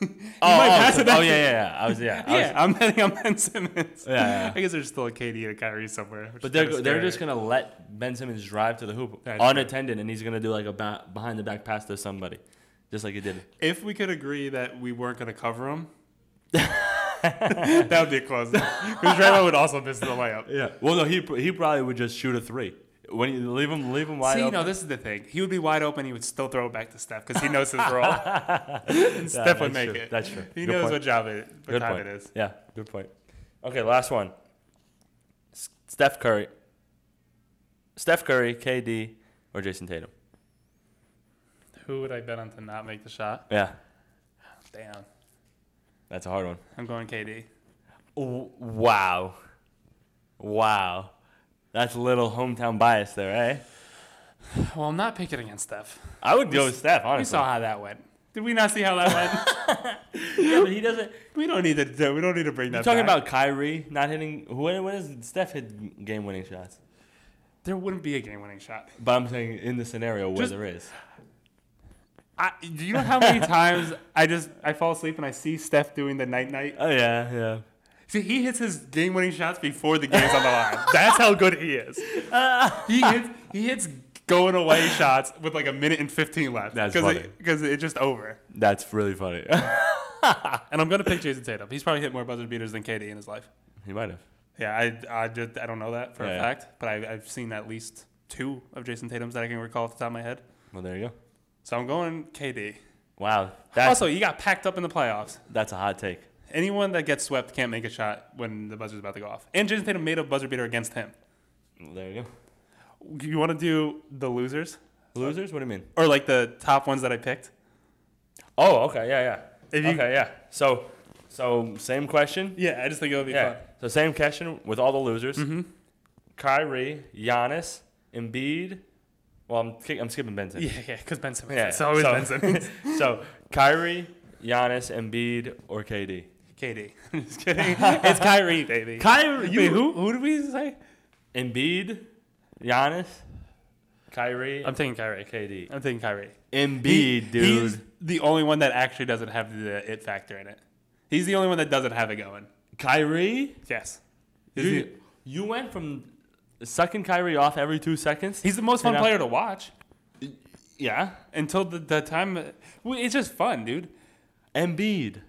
B: oh,
A: Oh,
B: might
A: oh,
B: pass it
A: oh,
B: back to-
A: yeah, yeah, yeah. I was yeah. I was-
B: yeah, I'm betting on Ben Simmons.
A: Yeah, yeah.
B: I guess there's still a KD and a Kyrie somewhere.
A: But they're they're just gonna let Ben Simmons drive to the hoop
B: That's
A: unattended, and he's gonna do like a ba- behind the back pass to somebody, just like he did.
B: If we could agree that we weren't gonna cover him, that would be a close. Because Draymond would also miss the layup.
A: Yeah. Well, no, he pr- he probably would just shoot a three when you leave him leave him wide
B: See,
A: open.
B: no, this is the thing. He would be wide open. He would still throw it back to Steph because he knows his role. and Steph
A: that's
B: would make
A: true.
B: it.
A: That's true.
B: He
A: Good
B: knows
A: point.
B: what job it, what
A: good
B: time
A: point.
B: it is.
A: Yeah, good point. Okay, last one. S- Steph Curry. Steph Curry, KD, or Jason Tatum.
B: Who would I bet on to not make the shot?
A: Yeah,
B: Damn,
A: that's a hard one.
B: I'm going KD.
A: W- wow, wow, that's a little hometown bias there, eh?
B: Well, I'm not picking against Steph.
A: I would go with Steph. Honestly,
B: We saw how that went. Did we not see how that went?
A: Yeah, but he doesn't.
B: we don't need to. do- We don't need to bring that.
A: You're talking
B: back.
A: about Kyrie not hitting. When, when is Steph hit game winning shots?
B: there wouldn't be a game-winning shot.
A: But I'm saying in the scenario where
B: Just-
A: there is.
B: I, do you know how many times I just I fall asleep and I see Steph doing the night night?
A: Oh yeah, yeah.
B: See, he hits his game-winning shots before the game's on the line. That's how good he is. He hits he hits going away shots with like a minute and 15 left.
A: That's funny.
B: Because it's just over.
A: That's really funny.
B: And I'm gonna pick Jason Tatum. He's probably hit more buzzer beaters than KD in his life.
A: he might have.
B: Yeah, I I just I don't know that for
A: Yeah,
B: a
A: yeah.
B: fact, but I, I've seen at least two of Jason Tatum's that I can recall off the top of my head.
A: Well, there you go.
B: So I'm going KD.
A: Wow, that's
B: also, you got packed up in the playoffs.
A: that's a hot take.
B: Anyone that gets swept can't make a shot when the buzzer's about to go off. And Jason Tatum made a buzzer beater against him.
A: There you go.
B: You want to do the losers
A: Losers? What do you mean?
B: or like the top ones that I picked?
A: Oh, okay, yeah, yeah.
B: If you-
A: okay, yeah. So, so same question.
B: Yeah, I just think it would be
A: Yeah.
B: fun.
A: So same question with all the losers. Kyrie, Giannis, Embiid. Well, I'm ki- I'm skipping Benson.
B: Yeah, yeah, because Ben Simmons.
A: Yeah,
B: It's always
A: so-
B: Ben Simmons.
A: so Kyrie, Giannis, Embiid, or KD?
B: KD. I'm just kidding. It's Kyrie, baby.
A: Kyrie,
B: Wait, who who did we say?
A: Embiid, Giannis, Kyrie,
B: I'm taking Kyrie.
A: KD.
B: I'm taking Kyrie.
A: Embiid,
B: He's the only one that actually doesn't have the it factor in it. He's the only one that doesn't have it going.
A: Kyrie,
B: Yes. Is
A: you,
B: he-
A: you went from sucking Kyrie off every two seconds.
B: He's the most fun
A: You know?
B: player to watch
A: yeah.
B: until the, the time. well, It's just fun, dude.
A: Embiid.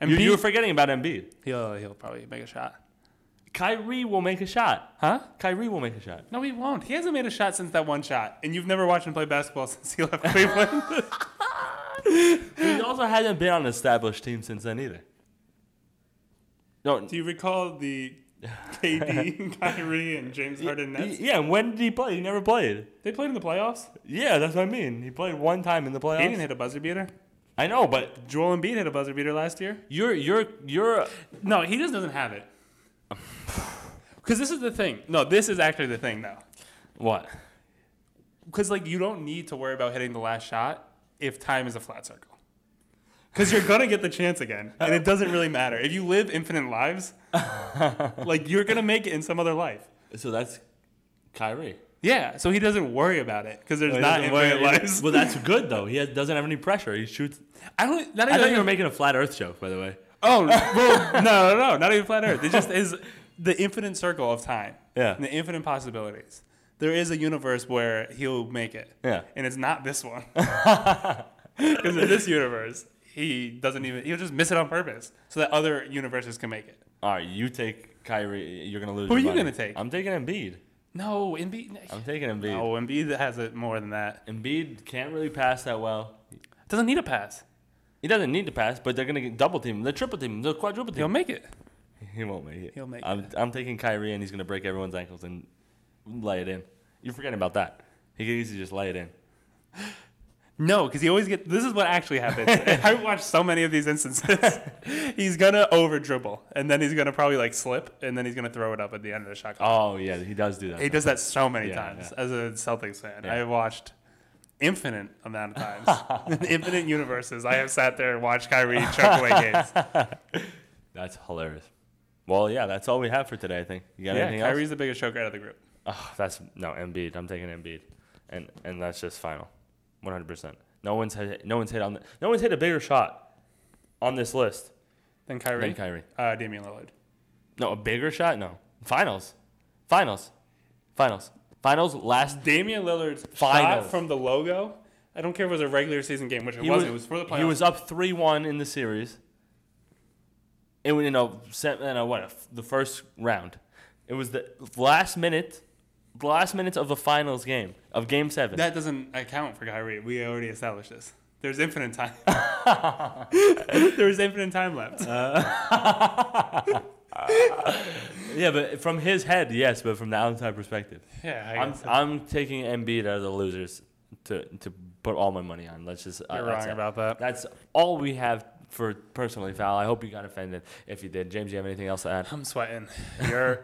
B: And
A: You,
B: Pete-
A: you were forgetting about Embiid.
B: he'll he'll probably make a shot,
A: Kyrie will make a shot.
B: huh?
A: Kyrie will make a shot.
B: No, he won't. He hasn't made a shot since that one shot, and you've never watched him play basketball since he left Cleveland.
A: He also hasn't been on an established team since then either. No,
B: Do you recall the KD, Kyrie, and James Harden
A: y-
B: Nets?
A: yeah. When did he play? He never played.
B: They played in the playoffs.
A: Yeah, that's what I mean. He played one time in the
B: He
A: playoffs.
B: didn't hit a buzzer beater.
A: I know, but
B: Joel Embiid hit a buzzer beater last year.
A: you're you're you're
B: No, he just doesn't have it. Because this is the thing. No, this is actually the thing now.
A: what?
B: Because like you don't need to worry about hitting the last shot if time is a flat circle. Because you're gonna get the chance again, and it doesn't really matter if you live infinite lives. like you're gonna make it in some other life.
A: So that's Kyrie.
B: Yeah, so he doesn't worry about it because there's
A: He
B: not
A: doesn't wear-
B: infinite lives.
A: Well, that's good though. He has, doesn't have any pressure. He shoots.
B: I don't. Not
A: I
B: even,
A: thought you were making a flat Earth joke, by the way.
B: Oh well, no, no, no, not even flat Earth. It just is the infinite circle of time.
A: Yeah.
B: and the infinite possibilities. There is a universe where he'll make it.
A: Yeah.
B: and it's not this one. Because in this universe, he doesn't even. He'll just miss it on purpose, so that other universes can make it.
A: All right, you take Kyrie. You're gonna lose.
B: Who
A: your
B: are you
A: money.
B: gonna take?
A: I'm taking Embiid.
B: No, Embiid.
A: I'm taking Embiid.
B: Oh, Embiid has it more than that.
A: Embiid can't really pass that well.
B: Doesn't need a pass.
A: He doesn't need to pass, but they're gonna get double team, the triple team, the quadruple
B: He'll
A: team.
B: make it.
A: He won't make it.
B: He'll make
A: I'm, I'm taking Kyrie, and he's gonna break everyone's ankles and lay it in. You're forgetting about that. He could easily just lay it in.
B: No, because he always get. This is what actually happens. I watched so many of these instances. he's gonna over dribble, and then he's gonna probably like slip, and then he's gonna throw it up at the end of the shot clock.
A: Oh yeah, he does do that.
B: He does that so many
A: Yeah,
B: times.
A: yeah.
B: As a Celtics fan,
A: Yeah.
B: I watched infinite amount of times, infinite universes. I have sat there and watched Kyrie chuck away games.
A: That's hilarious. Well, yeah, that's all we have for today. I think you got
B: Yeah,
A: anything else?
B: Kyrie's the biggest choker out of the group.
A: Oh, that's no Embiid. I'm taking Embiid, and and that's just final, 100. percent No one's hit, no one's hit on the, no one's hit a bigger shot on this list
B: Then Kyrie,
A: than Kyrie.
B: Uh, Damian Lillard.
A: No, a bigger shot. No finals, finals, finals, finals. Last
B: Damian Lillard's
A: Finals.
B: shot from the logo. I don't care if it was a regular season game, which it wasn't. it was for the playoffs.
A: He was up three one in the series. It was in a set in a what a- the first round. It was the last minute, the last minutes of the finals game of Game Seven.
B: That doesn't account for Kyrie. We already established this. There's infinite time. There's infinite time left.
A: Uh, yeah, but from his head, yes, but from the outside perspective,
B: yeah, I
A: I'm,
B: guess
A: I'm taking Embiid out of the losers to to put all my money on. Let's just uh,
B: you're
A: that's
B: wrong
A: it.
B: about that.
A: That's all we have for personally foul. I hope you got offended. If you did, James, you have anything else to add?
B: I'm sweating. You're